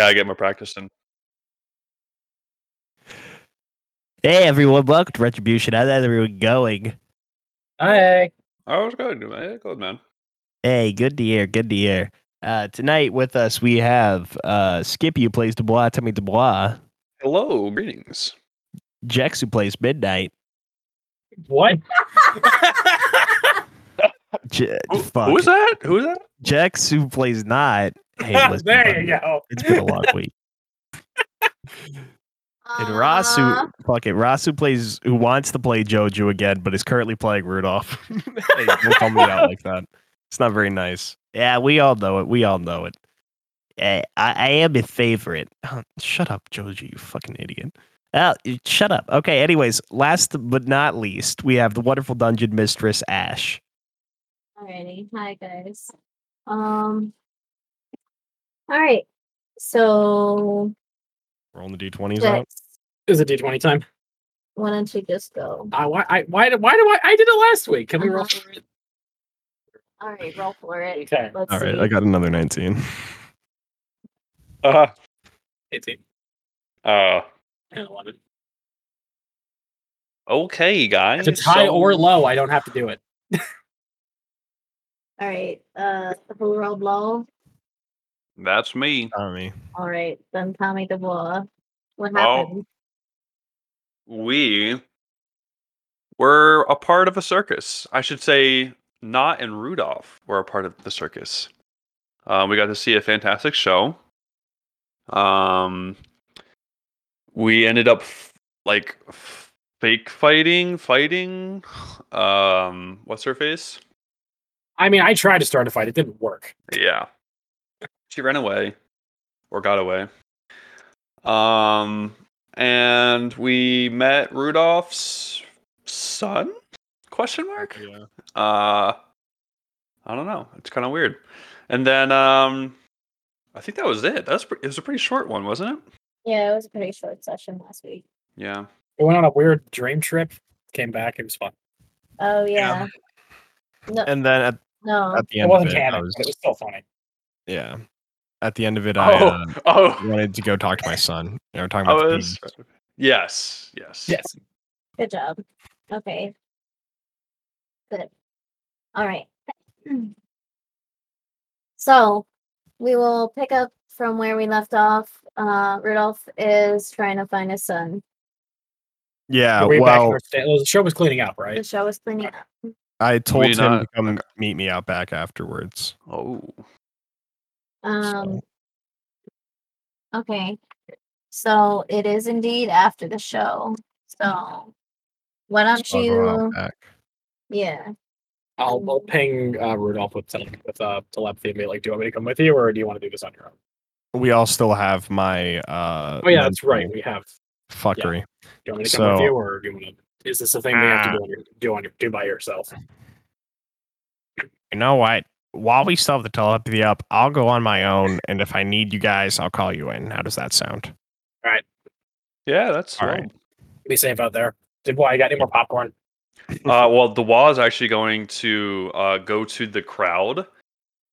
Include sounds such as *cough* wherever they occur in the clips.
Yeah, I get more practice in. Hey everyone, welcome to Retribution. How's everyone going? Hi. I was Oh, good, man. Good, man. Hey, good to hear. Good to hear. Uh, tonight with us we have uh, Skippy who plays Dubois, Tommy Dubois, Hello, greetings. Jex who plays Midnight. What? Je- Oh, Who, fuck. who is that? Who is that? Jex who plays not. *laughs* Hey, listen, *laughs* there buddy, you go. It's *laughs* been a long week. And Ross Uh, who fuck it, Ross who plays who wants to play Jojo again, but is currently playing Rudolph. *laughs* hey, don't call me out like that. It's not very nice. Yeah, we all know it. We all know it. Eh, I, I am a favorite. Oh, shut up, Jojo, you fucking idiot. Oh, y- shut up. Okay, anyways, last but not least, we have the wonderful dungeon mistress Ash. Alrighty, hi guys. Um. All right. So Rolling the D20s out. let's It was a D twenty time. why don't you just go? I why I why do why do I I did it last week? Can we Uh-huh. roll for it? All right, roll for it. Okay. Let's All right, see. I got another 19. Uh, Eighteen uh, and eleven. Uh, okay, guys. If it's high so- or low, I don't have to do it. All right. Uh, who rolled low? That's me. Tommy. All right, then Tommy DeBois. What Well, happened? We were a part of a circus. I should say, not and Rudolph were a part of the circus. Uh, we got to see a fantastic show. Um, we ended up f- like f- fake fighting, fighting. Um, what's her face? I mean, I tried to start a fight. It didn't work. Yeah. She ran away or got away. Um and we met Rudolph's son? Question mark? Yeah. Uh I don't know. It's kind of weird. And then um I think that was it. That's pre- it was a pretty short one, wasn't it? Yeah, it was a pretty short session last week. Yeah. We went on a weird dream trip. Came back. It was fun. Oh Yeah. yeah. No, And then at, no. at the It end of wasn't it, I canon, was, but it was still funny. yeah. At the end of it, I uh, oh. wanted to go talk to my son. You know, talking I about the was Yes. Yes. Yes. Good job. Okay. Good. All right. So we will pick up from where we left off. Uh, Rudolph is trying to find his son. Yeah, we were back in Uh, well, our sta- well, the show was cleaning up, The right? show is cleaning up. I told We him to not- come meet me out back afterwards. Oh. Um, okay. So it is indeed after the show. So why don't so I'll go out you? back. Yeah. I'll, I'll ping uh, Rudolph with tele- with uh, telepathy and be like, "Do you want me to come with you, or do you want to do this on your own?" We all still have my. Uh, Oh yeah, that's right. mental We have. Fuckery. Do you want me to come with So- Ah. you, or do you want to? Is this a thing we have to do on your, do on your, do by yourself? You know what? While we still have the telepathy up, I'll go on my own, and if I need you guys, I'll call you in. How does that sound? Yeah, that's All all right. right. Be safe out there. Did boy, I got any more popcorn? uh, well, the wall is actually going to uh, go to the crowd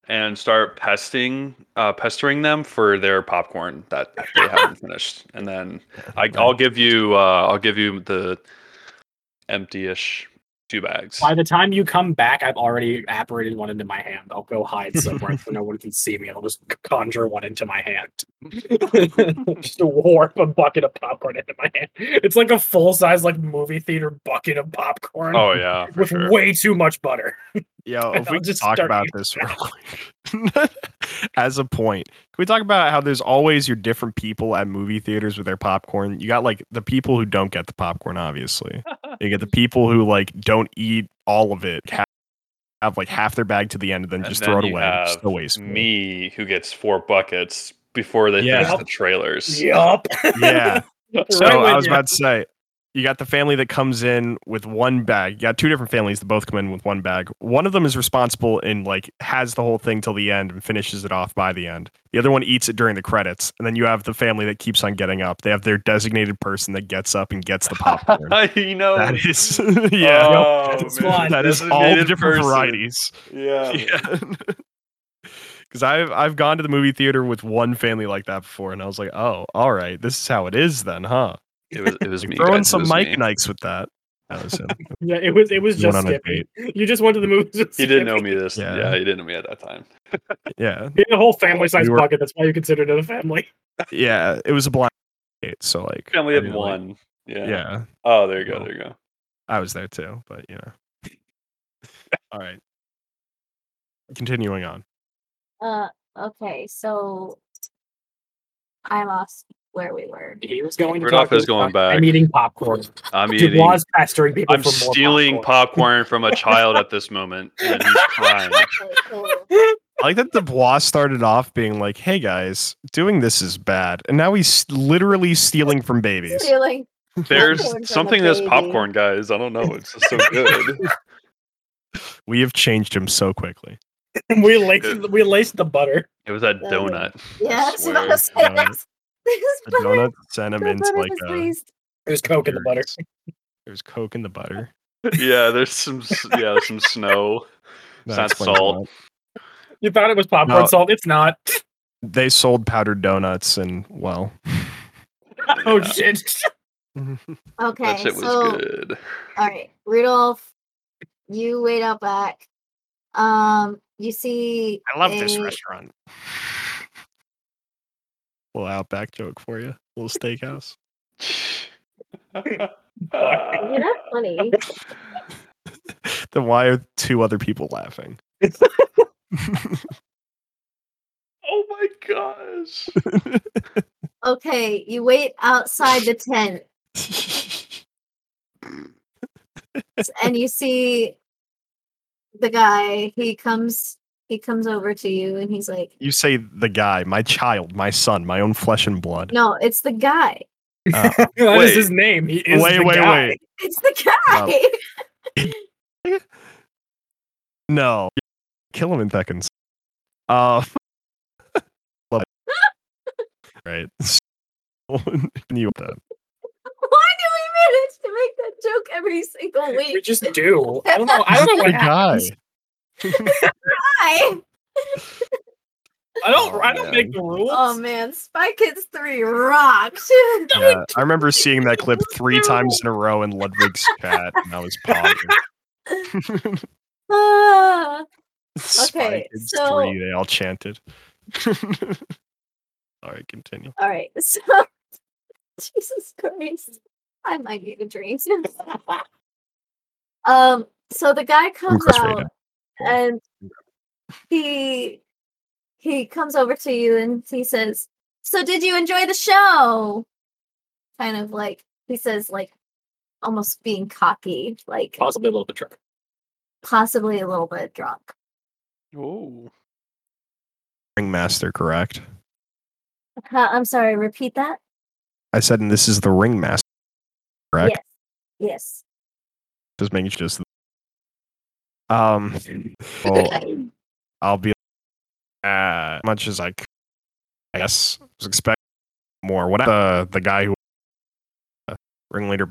and start pesting, uh, pestering them for their popcorn that *laughs* they haven't finished. And then I, I'll give you, uh, I'll give you the empty-ish two bags. By the time you come back, I've already apparated one into my hand. I'll go hide *laughs* somewhere so no one can see me. I'll just conjure one into my hand. *laughs* just warp a bucket of popcorn into my hand. It's like a full size like movie theater bucket of popcorn Oh yeah, for with sure. way too much butter. Yo, *laughs* if I'll we could just talk start about using this real quick. *laughs* As a point, can we talk about how there's always your different people at movie theaters with their popcorn? You got like the people who don't get the *laughs* popcorn, obviously. You get the people who like don't eat all of it, have, have like half their bag to the end, and then And just then throw it you away. have Still wasteful. Me who gets four buckets before they Yeah. finish the trailers. *laughs* Yup. Yeah. So Right I with was ya. about to say, you got the family that comes in with one bag. You got two different families that both come in with one bag. One of them is responsible and like has the whole thing till the end and finishes it off by the end. The other one eats it during the credits, and then you have the family that keeps on getting up. They have their designated person that gets up and gets *laughs* the popcorn. you know, that is, *laughs* yeah, Oh, That's man. *laughs* fun. that is all the Designated *laughs* different person. varieties. Yeah. Yeah. because I've I've gone to the movie theater with one family like that before, and I was like, oh, all right, this is how it is then, huh? It was it was me. Throwing guys, it some was Mike me. Nikes with that. That was *laughs* him. *laughs* Yeah, it was it was You went just on a Skippy. You just went to the movies. with He didn't *laughs* know Skippy. me this. Yeah. Yeah. he didn't know me at that time. yeah, He had a whole family size We were- bucket. That's why you considered it a family. yeah. It was a blind date, so like Family I of mean, like, one. yeah. yeah, Oh, there you go. Well. There you *laughs* go. I was there too, but you know. *laughs* All right. Continuing on. Uh, okay, so I lost where *laughs* we were. He was going. To Rudolph talk to is his going pop- back. I'm eating popcorn. I'm eating. Dubois pestering people. I'm for more stealing popcorn. popcorn from a child at this moment, and he's crying. Okay, cool. I like that Dubois started off being like, "Hey guys, doing this is bad," and now he's literally stealing from babies. Stealing. There's Popcorn from a something in this baby. popcorn, guys. I don't know. It's just so *laughs* good. We have changed him so quickly. *laughs* we laced we laced the butter. it was that Uh, donut. I Yeah, *laughs* that's what I swear. was *laughs* swear. saying. This The butter- donut sent him the into butter like uh, was a. raised. It was coke in the butter. There's- There's coke in the butter. *laughs* yeah, there's some. s- Yeah, there's some snow. It's That not explains a salt. lot. You thought it was popcorn No. salt. *laughs* It's not. They sold powdered donuts, and well, Oh Yeah, shit! Okay, That shit was so good. *sighs* all right, Rudolph, you wait out back. Um, you see, Eh. a- *laughs* restaurant. Little Outback joke for you. Little steakhouse. You're not funny. *laughs* then why are two other people *laughs* laughing? oh my gosh. Okay, you wait outside the tent and you see the guy. He comes. He comes over to you and he's like, you say the guy, my child, my son, my own flesh and blood. "No, it's the guy. Uh, That is Wait. his name. He is Wait, the wait, guy. wait. It's the guy." *laughs* no, kill him in seconds. Uh, *laughs* love it. right. *laughs* you that. Why do we manage to make that joke every single week? We just do. I don't know. I don't know what *laughs* the *laughs* guy. happens. Why? I don't. Oh, I don't man. make the rules. Oh man, Spy Kids 3 rocks. *laughs* Yeah, I remember seeing that clip three times in a row in Ludwig's chat, and I was *laughs* pogging. Ah, Spy Okay, Kids so- three, they all chanted. *laughs* all right, continue. all right, *laughs* so Jesus Christ, I might need a drink. *laughs* um, so the guy comes Chris out Vader. and he he comes over to you and he says, "So did you enjoy the show?" Kind of like he says, like almost being cocky, like Possibly a little bit drunk. possibly a little bit drunk. Oh. Ringmaster, correct? Huh, Uh, I'm sorry, repeat that. I said, and this is the ringmaster, correct? Yes. Yes. Just making sure. Just um, well, *laughs* I'll be uh, as much as I. c- I guess was expecting more. What the the guy who uh, ringleader?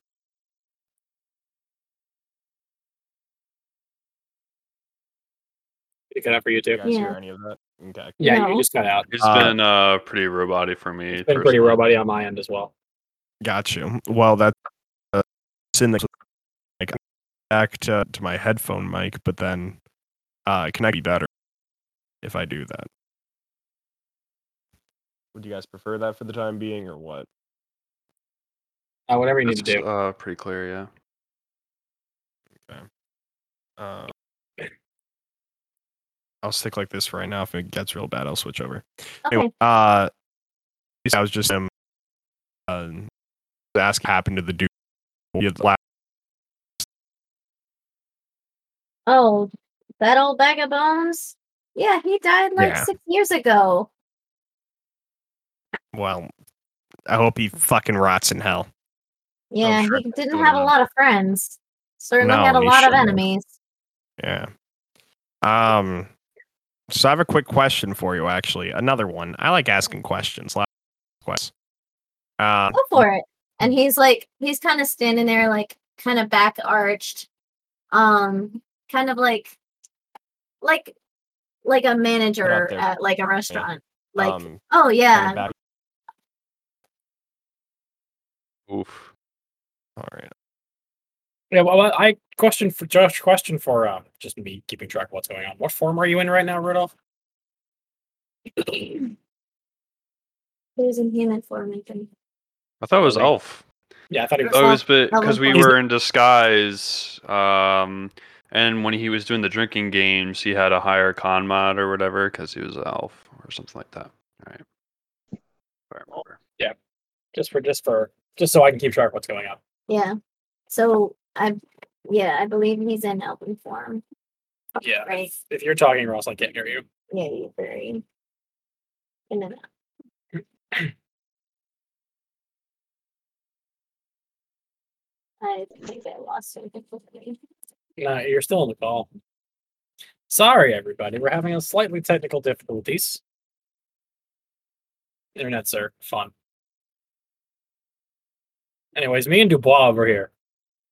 Did it cut out for you too? guys hear Yeah. any of that? Okay. Yeah, No. you just got out. It's Uh, been uh pretty robotic for me. It's been pretty personally. robot on my end as well. Got you. Well, that's uh, it's in the like back to, to my headphone mic, but then uh, can I be better if I do that? Would you guys prefer that for the time being, or what? Uh, whatever you need It's, to do. uh, pretty clear, yeah. Uh, *sniffs* I'll stick like this for right now. If it gets real bad, I'll switch over. Anyway, Okay. uh, I was just um, uh, ask what happened to the dude. you had last- Oh, that old bag of bones? Yeah, he died like Yeah. Oh, six years ago. Well, I hope he fucking rots in hell. Yeah, sure he that's didn't going have a on. lot of friends. Certainly No, had a he lot of shouldn't have. enemies. Yeah. Um. So I have a quick question for you. Actually, another one. I like asking questions. Last questions. Uh, Go for it. And he's like, he's kind of standing there, like, kind of back arched. Um, kind of like, like like a manager there. at like a restaurant. Like, um, oh coming yeah, back. Oof. All *laughs* right. Yeah, well, I question for Josh. Question for um, just me keeping track of what's going on. What form are you in right now, Rudolph? there's a human form. I think. I thought it was Like- elf. Yeah, I thought he was. Oh, it was because Elf. we He's- were in disguise. Um, and when he was doing the drinking games, he had a higher con mod or whatever because he was an elf or something like that. All right. If I remember. just for just for just so I can keep track of what's going on. Yeah. So I, yeah, I believe he's in elven form, Yeah, right? if you're talking, Ross, I can't hear you. Yeah, you very. In and out. I think I lost him completely. No, you're still on the call. Sorry, everybody. We're having a slightly technical difficulties. Internet's are fun. Anyways, me and Dubois over here.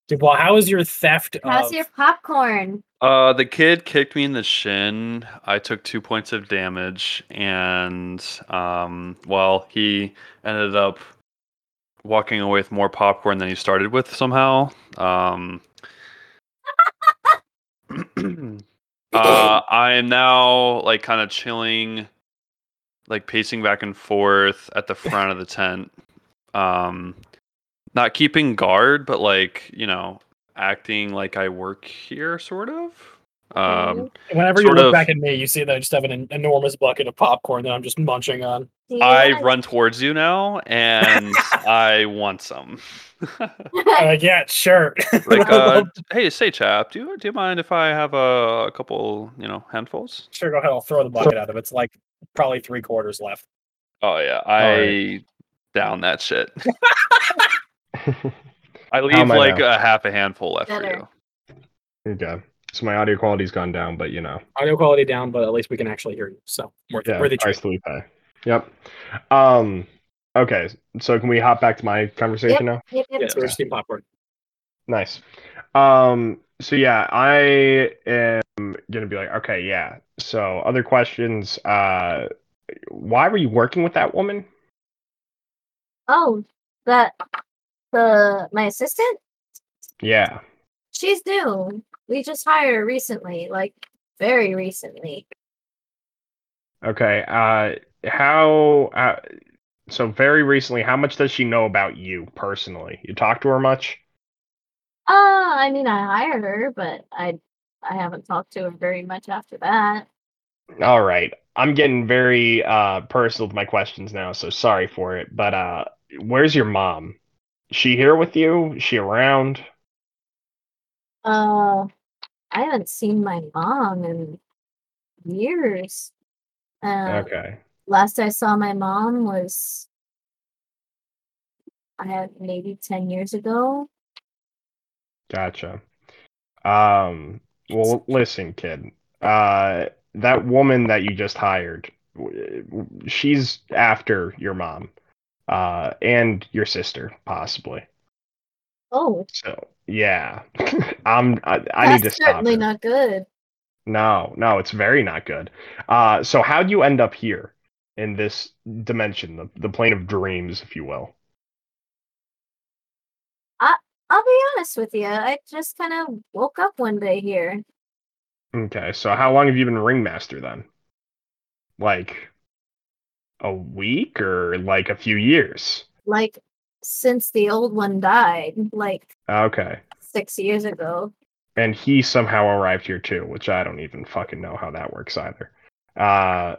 Dubois, how is your theft of How's Um, your popcorn? Uh, the kid kicked me in the shin. I took two points of damage, and um, well, he ended up walking away with more popcorn than he started with somehow. Um, *clears throat* uh, I am now like kind of chilling, like pacing back and forth at the front of the tent. Um, not keeping guard, but like you know, acting like I work here, sort of. Um, Whenever you sort look of- back at me, you see that I just have an en- enormous bucket of popcorn that I'm just munching on. Do you I wanna- run towards you now, *laughs* and I want some. I'm like, yeah, sure. *laughs* like, uh, hey, say, chap, do you do you mind if I have a, a couple, you know, handfuls? sure, go ahead. I'll throw the bucket at him. It's like probably three quarters left. Oh yeah, I right. down that *laughs* shit. there I leave am I like a half a handful left Better. for you. you go. So my audio quality's gone down, but you know. Audio quality down, but at least we can actually hear you. So worth, Yeah, worth a I try. sleep high. Yep. Um. Okay. So can we hop back to my conversation now? Yep, yep. Yeah, so we're just eating popcorn. Nice. Um. So yeah, I am gonna be like, okay, yeah. So other questions. Uh, why were you working with that woman? Oh, that the my assistant? Yeah. She's new. We just hired her recently, like very recently. Okay. Uh, how? Uh, so very recently, how much does she know about you personally? You talk to her much? Uh, I mean, I hired her, but I I haven't talked to her very much after that. All right. I'm getting very uh personal with my questions now, so sorry for it. But uh where's your mom? She here with you? She around? Uh, I haven't seen my mom in years. Uh, Okay. last I saw my mom was I had maybe ten years ago. Gotcha. Um well listen, kid. Uh that woman that you just hired, w- w- she's after your mom. Uh and your sister possibly. Oh, So, yeah. I'm I, I need to that's stop certainly her. not good. No, no, it's very not good. Uh, so how do you end up here in this dimension, the, the plane of dreams, if you will? I'll be honest with you. I just kind of woke up one day here. Okay, so how long have you been ringmaster then? Like a week or like a few years? like since the old one died like Okay. six years ago Oh, And he somehow arrived here too, which I don't even fucking know how that works either. Uh,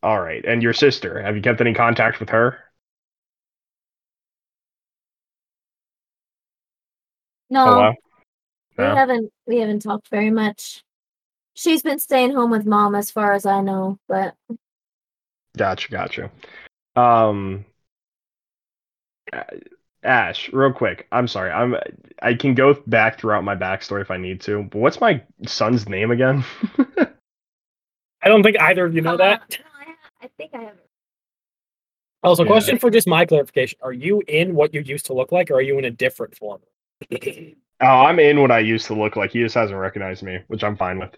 all right. And your sister, have you kept any contact with her? no Hello? we No? haven't we haven't talked very much she's been staying home with mom as far as i know but Gotcha, gotcha. Um, A- Ash, real quick. I'm sorry. I'm I can go back throughout my backstory if I need to. But what's my son's name again? I don't think either of you know Uh, that. no, I, ha- I think i have Also, Yeah. question for just my clarification: Are you in what you used to look like, or are you in a different form? Oh, I'm in what I used to look like. He just hasn't recognized me, which I'm fine with.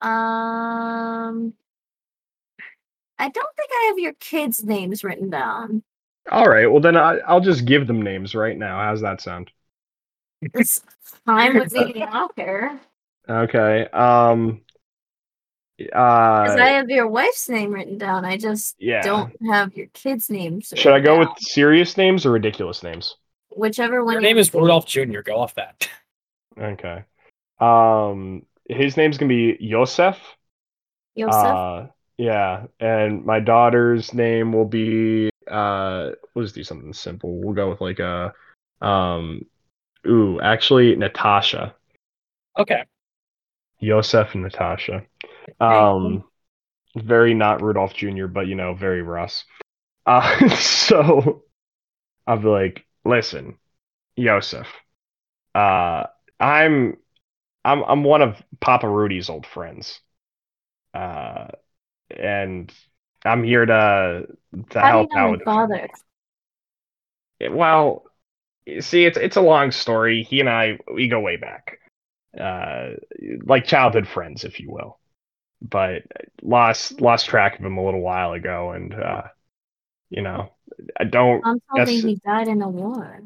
Um, I don't think I have your kids' names written down. All right. Well, then I, I'll just give them names right now. How's that sound? It's fine with me being out here. Okay. Um. Because Uh. I have your wife's name written down. I just Yeah. don't have your kids' names. Should I written go with down. serious names or ridiculous names? whichever one? Your you- name is Rudolph Jr. Go off that. Okay. Um. His name's gonna be Yosef. Yosef? Uh, yeah, and my daughter's name will be uh let's do something simple. We'll go with like a um ooh, actually Natasha. Okay. Yosef and Natasha. Um very not Rudolph Jr., but you know, very Russ. Uh *laughs* so I'll be like, listen, Yosef, uh I'm I'm I'm one of Papa Rudy's old friends. Uh and I'm here to to How help do you know out my with father? well, you see, it's it's a long story. He and I we go way back, uh, like childhood friends, if you will. But lost lost track of him a little while ago, and uh, you know, I don't. Mom told me Yes. he died in a war.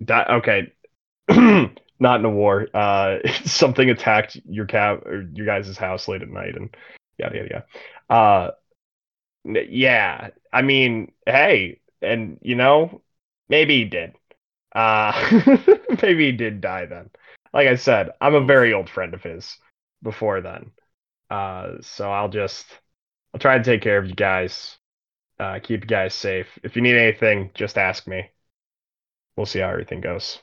That, okay, *clears throat* not in a war. Uh, *laughs* something attacked your cab or your guys' house late at night, and yada yada yada. Uh, n- yeah, I mean, hey, and you know, maybe he did. Uh, *laughs* maybe he did die then. Like I said, I'm a very old friend of his before then. Uh, so I'll just I'll try to take care of you guys. Uh, keep you guys safe. If you need anything, just ask me. We'll see how everything goes.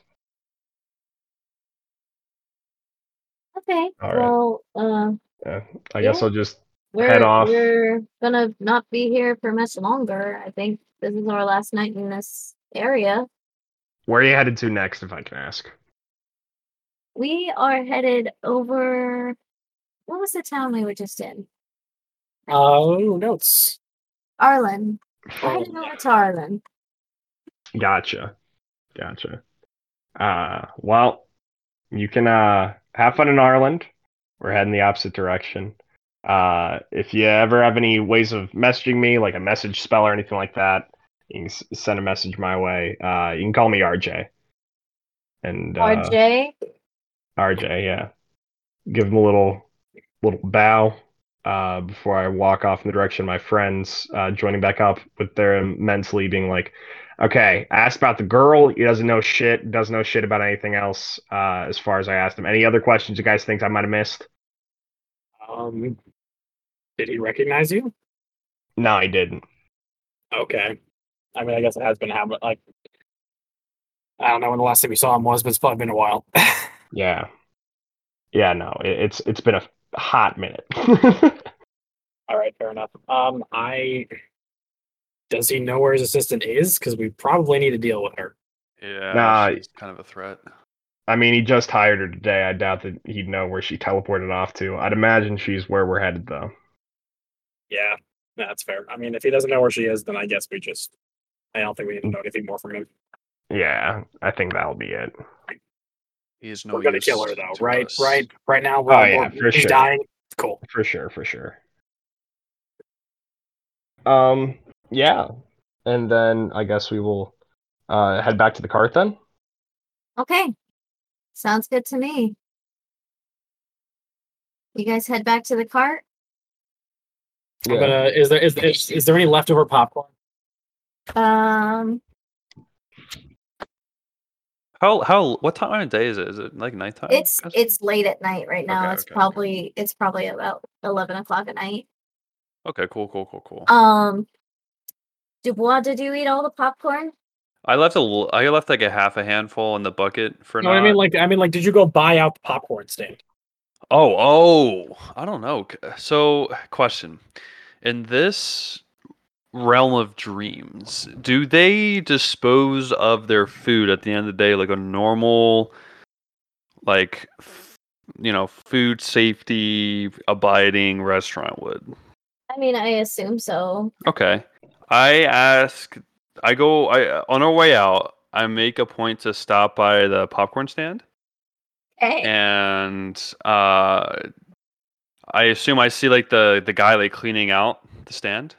Okay. All right. well, uh, I guess Yeah. I'll just we're, Head off. we're gonna not be here for much longer. I think this is our last night in this area. where are you headed to next, if I can ask? We are headed over. What was the town we were just in? Uh, notes. Arlen. We're Oh, headed over to Arlen. Gotcha, gotcha. Uh, well, you can uh have fun in Ireland. We're heading the opposite direction. Uh, if you ever have any ways of messaging me, like a message spell or anything like that, you can s- send a message my way. Uh, you can call me RJ. And uh, RJ. RJ, yeah. Give him a little little bow uh, before I walk off in the direction of my friends, uh, joining back up with their mentally being like, okay, I asked about the girl. He doesn't know shit, doesn't know shit about anything else uh, as far as I asked him. Any other questions you guys think I might have missed? Um, did he recognize you? No, I didn't. Okay. I mean, I guess it has been happening. Like, I don't know when the last time we saw him was, but it's probably been a while. *laughs* Yeah. Yeah, no, it, it's it's been a hot minute. *laughs* All right, fair enough. Um, I does he know where his assistant is? Because we probably need to deal with her. Yeah, Nah, she's kind of a threat. I mean, he just hired her today. I doubt that he'd know where she teleported off to. I'd imagine she's where we're headed, though. Yeah, that's fair. I mean, if he doesn't know where she is, then I guess we just. I don't think we need to know anything more from him. Yeah, I think that'll be it. He is no we're gonna use kill her though, to right? us. Right? Right now, we're, Oh, on yeah, board. for she's sure. dying. Cool. For sure, for sure. Um, yeah. And then I guess we will uh head back to the cart then. Okay. Sounds good to me. You guys head back to the cart. I'm gonna. Is there is, is is there any leftover popcorn? Um, How how what time of day is it? Is it like nighttime? it's guys? it's late at night right now. Uh, Okay, it's okay, okay. probably it's probably about eleven o'clock at night. okay. Cool, cool, cool, cool. Um, Dubois, did you eat all the popcorn? I left a l- I left like a half a handful in the bucket for You know what I not- mean? Like, I mean, like, did you go buy out the popcorn stand? Oh, oh, I don't know. C- So, question. In this realm of dreams, do they dispose of their food at the end of the day like a normal like f- you know, food safety abiding restaurant would? I mean, I assume so. Okay. I ask I go I on our way out, I make a point to stop by the popcorn stand Okay. and uh I assume I see like the the guy like cleaning out the stand.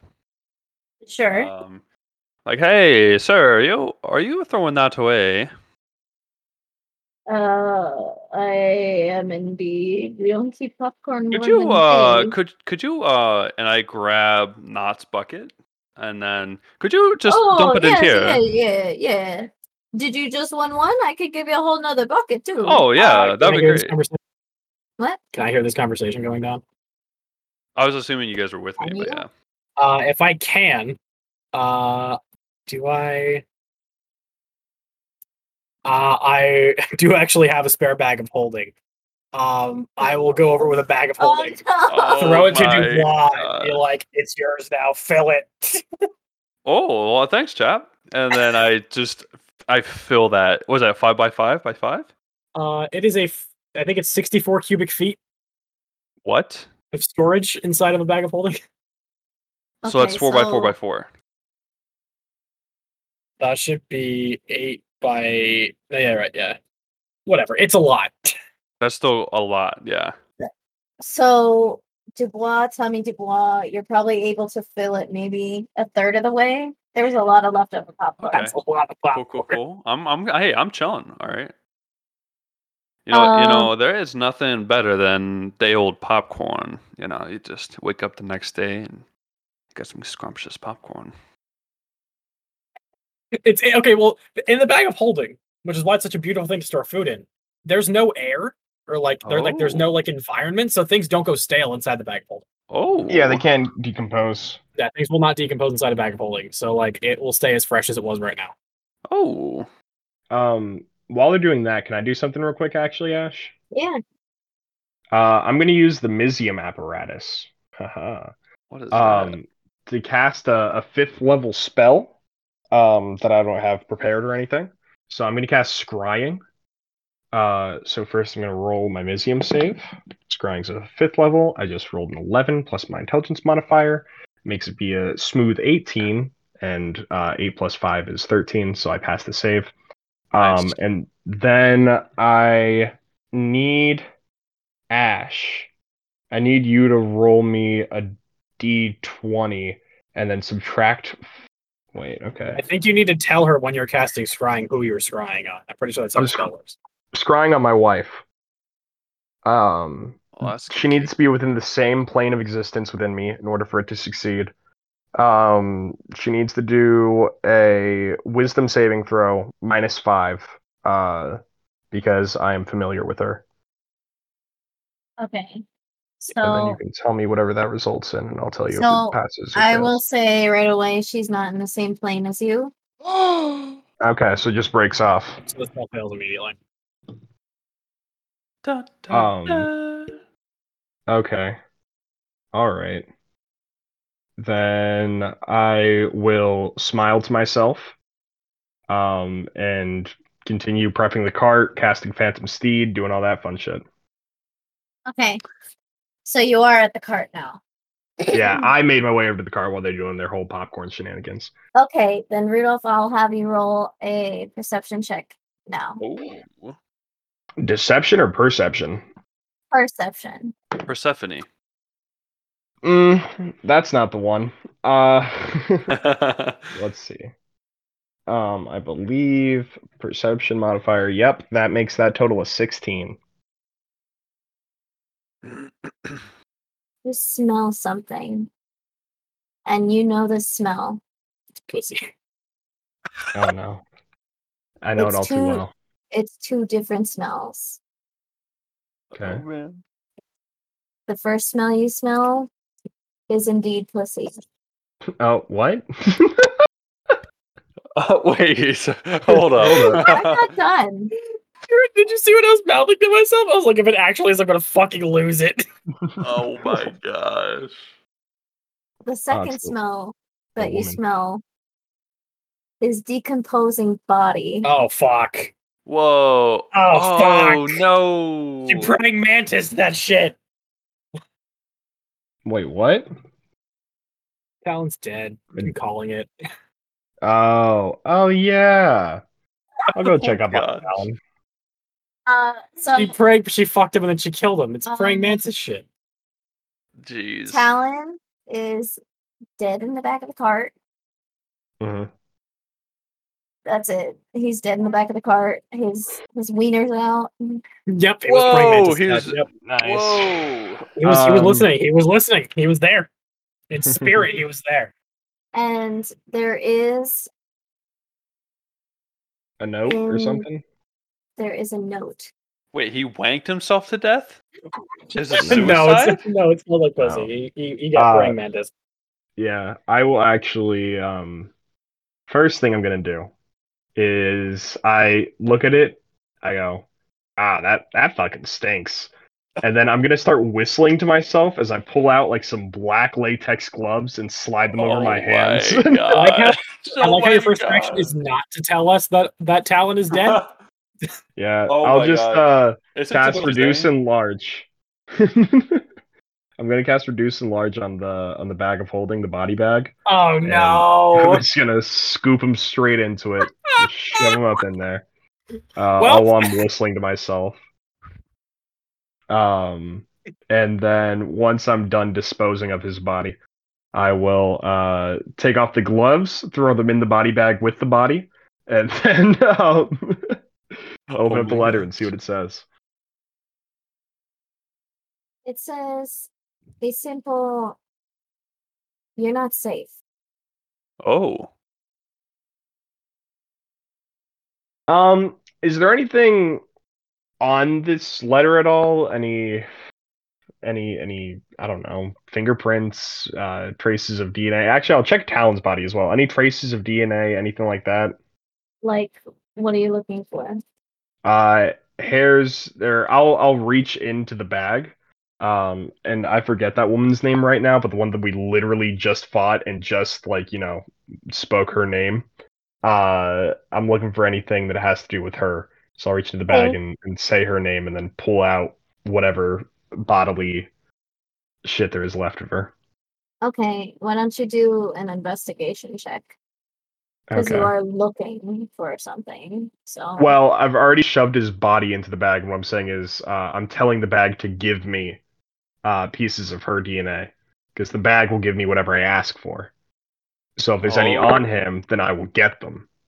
Sure. Um, like, hey, sir, are you are you throwing that away? Uh, I am indeed. We don't keep popcorn. Could more you than uh hay. could could you uh and I grab Knott's bucket and then could you just dump it Oh, yes, in here? Yeah, yeah, yeah. Did you just want one? I could give you a whole nother bucket too. Oh yeah, Uh, can I that'd be hear this great. conversa- What? Can I hear this conversation going down? I was assuming you guys were with me, but Yeah. yeah. Uh, if I can, uh, do I? Uh, I *laughs* do actually have a spare bag of holding. Um, I will go over with a bag of Oh, *laughs* holding, Oh, throw it to my Dubois, and be God. like, "It's yours now. Fill it." Oh well, thanks, chap. And then I just I fill that. Was that five by five by five? uh, it is a. f- I think it's sixty-four cubic feet What? of storage inside of a bag of holding. *laughs* Oh, so that's Okay, four by four by so- four. That should be eight by. Yeah, right. Yeah, whatever. It's a lot. That's still a lot, yeah. So Dubois, Tommy Dubois, you're probably able to fill it maybe a third of the way. There was a lot of leftover popcorn. Okay. That's a lot of Cool, cool, cool. I'm I'm hey, I'm chilling, all right. You know, you Um, know, there is nothing better than day old popcorn. You know, you just wake up the next day and get some scrumptious popcorn. It's eh, okay. Well, in the bag of holding, which is why it's such a beautiful thing to store food in. There's no air or like there like there's no Oh. like environment, so things don't go stale inside the bag of holding. Oh, Yeah, they can decompose. Yeah, things will not decompose inside a bag of holding, so like it will stay as fresh as it was right now. Oh, Um, while they're doing that, can I do something real quick, actually, Ash? Yeah. Uh, I'm going to use the Mizium apparatus haha, what is that? um, to cast a, a fifth level spell um, that I don't have prepared or anything. So I'm going to cast Scrying. Uh, so first, I'm going to roll my Mizium save. Scrying's a fifth level. I just rolled an 11 plus my intelligence modifier. Makes it be a smooth 18, and uh, 8 plus 5 is 13, so I pass the save. Um, Nice. and then I need Ash. I need you to roll me a d20 and then subtract. Wait, I okay. think you need to tell her when you're casting scrying who you're scrying on. I'm pretty sure that's how I'm the spell works. Scrying on my wife. Um, Well, Oh, that's she needs to be within the same plane of existence within me in order for it to succeed. Um, she needs to do a wisdom saving throw minus five, uh, because I am familiar with her. Okay. and then you So can tell me whatever that results in, and I'll tell you if So, it passes. or I fails. will say right away she's not in the same plane as you. Okay, so it just breaks off. So the spell fails immediately. Dun, um, dun. Okay. All right. Then I will smile to myself, um, and continue prepping the cart, casting Phantom Steed, doing all that fun shit. Okay. So you are at the cart now. Yeah, I made my way over to the cart while they're doing their whole popcorn shenanigans. *clears throat* Okay, then Rudolph, I'll have you roll a perception check now. Oh, Deception or perception? Perception. Persephone. *laughs* Mm, that's not the one. Uh, *laughs* That's let's see. Um, I believe perception modifier. Yep, that makes that total a 16. You smell something. And you know the smell. It's pussy. Oh no. I know It's it all too too- well. It's two different smells. Oh, Okay. man. The first smell you smell is indeed pussy. Oh, what? Uh, wait, *laughs* hold up. *laughs* I'm not done. Did you see what I was mouthing to myself? I was like, if it actually is, I'm gonna fucking lose it. *laughs* *laughs* oh my gosh. Oh, The second it's the- smell the that you woman. smell is decomposing body. Oh fuck! Whoa. Oh, fuck. no. You praying mantis that shit. Wait, what? Talon's dead. I'm calling it. Oh, oh yeah. I'll go check up on Oh, gosh. that one. Uh, so She prayed, she fucked him, and then she killed him. It's praying Um, mantis shit. Jeez. Talon is dead in the back of the cart. Mhm. That's it. He's dead in the back of the cart. His his wiener's out. Yep. It Whoa, was pregnant. he was- Yep. Nice. Whoa. He was, he was Um, listening. He was listening. He was there. *laughs* In spirit, he was there. And there is A note Um, or Mm. something? there is a note. Wait, he wanked himself to death? *laughs* Is it *laughs* no, suicide? it's, *laughs* no, it's more like pussy. No. He, he, he got Uh, pregnant. Yeah, I will actually. Um, first thing I'm gonna do is I look at it. I go, ah, that that fucking stinks. And then I'm gonna start whistling to myself as I pull out like some black latex gloves and slide them over Oh my my *laughs* hands. God. like *laughs* how- I Oh like how my your first God. reaction is not to tell us that that Talon is *laughs* dead. *laughs* yeah, Oh my I'll just God. uh It's a cast typical reduce thing. and large. *laughs* I'm gonna cast reduce and large on the on the bag of holding, the body bag. *laughs* Oh no! *laughs* I'm just gonna scoop him straight into it, just shove him up in there. Uh, Well- all while I'm whistling to myself. Um, and then once I'm done disposing of his body, I will uh take off the gloves, throw them in the body bag with the body, and *laughs* then um, open Oh up the my letter God. and see what it says. It says a simple you're not safe. Oh. Um, is there anything on this letter at all? Any, any, any? I don't know. Fingerprints, uh, traces of DNA. Actually, I'll check Talon's body as well. Any traces of DNA? Anything like that? Like what are you looking for? Uh, hairs. There. I'll I'll reach into the bag. Um, and I forget that woman's name right now, but the one that we literally just fought and just like you know spoke her name. Uh, I'm looking for anything that has to do with her. So I'll reach into the bag Okay. and, and say her name, and then pull out whatever bodily shit there is left of her. Okay, why don't you do an investigation check? Because Okay. you are looking for something. So Well, I've already shoved his body into the bag, and what I'm saying is, uh, I'm telling the bag to give me uh, pieces of her DNA because the bag will give me whatever I ask for. So if there's any Oh. on him, then I will get them. *laughs*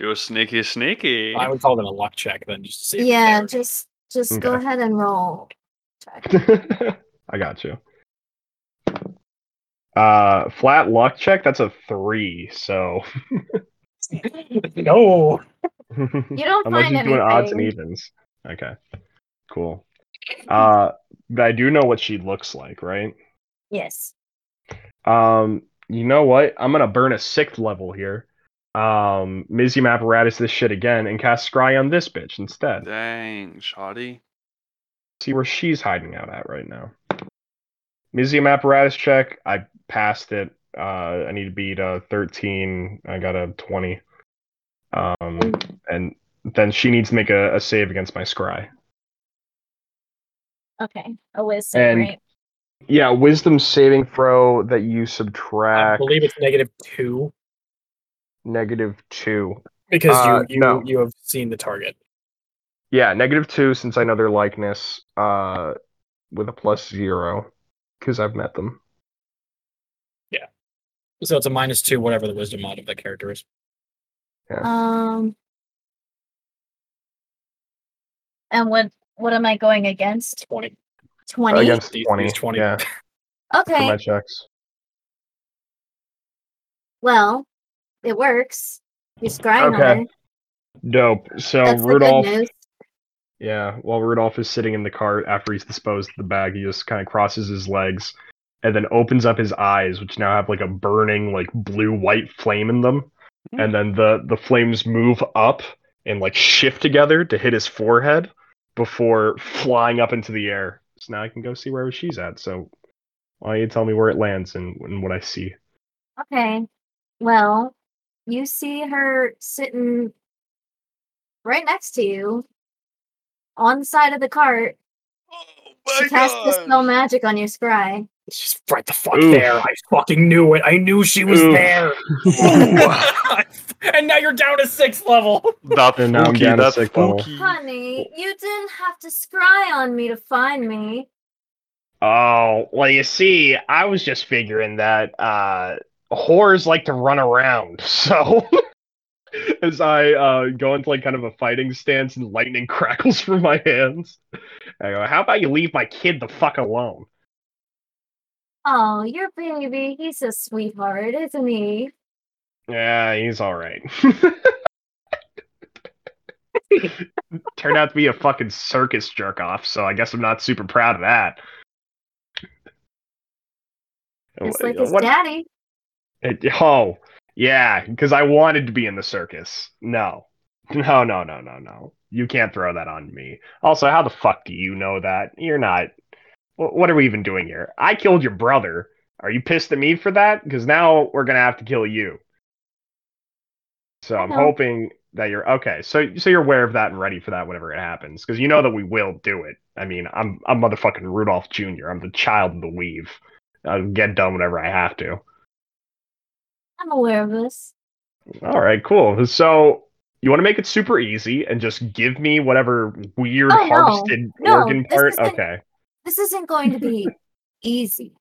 You were sneaky, sneaky. I would call that a luck check then, just to see. if it's yeah, there. just just go Okay. ahead *laughs* and roll. Check. I got you. Uh, flat luck check. That's a three. So *laughs* you no. You don't unless find he's doing odds and anything. evens. Okay, cool. Uh, but I do know what she looks like, right? Yes. Um, you know what? I'm gonna burn a sixth level here. Um, Mizium apparatus this shit again and cast Scry on this bitch instead. Dang, shoddy. See where she's hiding out at right now. Mizium apparatus check. I passed it. Uh, I need to beat a 13. I got a 20. Um, and then she needs to make a, a save against my Scry. Okay. A whiz save, And- right? Yeah, wisdom saving throw that you I subtract believe it's negative two negative two. because Uh, you you, no. you have seen the target. Yeah, negative two since I know their likeness, uh, with a plus zero because I've met them. So it's a minus two, whatever the wisdom mod of that character is. Um and what what am I going against? Twenty. Twenty. Against These- 20. these 20. Yeah, for okay. my checks. Well, it works. You're scrying Okay. on her. Dope. So That's Rudolph, the good news. yeah, while Rudolph is sitting in the cart after he's disposed of the bag, he just kind of crosses his legs and then opens up his eyes, which now have like a burning, like blue white flame in them. And then the the flames move up and like shift together to hit his forehead before flying up into the air. So now I can go see wherever she's at. So why don't you tell me where it lands and, and what I see? Okay. Well, you see her sitting right next to you on the side of the cart. she cast *laughs* *laughs* the spell magic on your scry. She's right the fuck Oof. there. I fucking knew it. I knew she was Oof. *laughs* there. *laughs* and now you're down to sixth level. That's And now I'm spooky, down to that's Hmm. sixth level. spooky. Honey, you didn't have to scry on me to find me. Oh, well, you see, I was just figuring that uh, whores like to run around. *laughs* So, as I uh, go into like kind of a fighting stance and lightning *laughs* crackles from my hands, I go, "How about you leave my kid the fuck alone?" Oh, your baby. He's a sweetheart, isn't he? Yeah, he's all right. *laughs* Turned out to be a fucking circus jerk off, so I guess I'm not super proud of that. Just like his Oh, What- daddy. It- oh, yeah, because I wanted to be in the circus. No, no, no, no, no, no. You can't throw that on me. Also, how the fuck do you know that? You're not. wh- What are we even doing here? I killed your brother. Are you pissed at me for that? Because now we're gonna have to kill you. So I'm know. hoping that you're okay. So so you're aware of that and ready for that whenever it happens, because you know that we will do it. I mean, I'm I'm motherfucking Rudolph Jr. I'm the child of the weave. I'll get done whenever I have to. I'm aware of this. All right, cool. So you want to make it super easy and just give me whatever weird Oh, no. harvested No, organ this part? isn't- Okay. This isn't going *laughs* to be easy.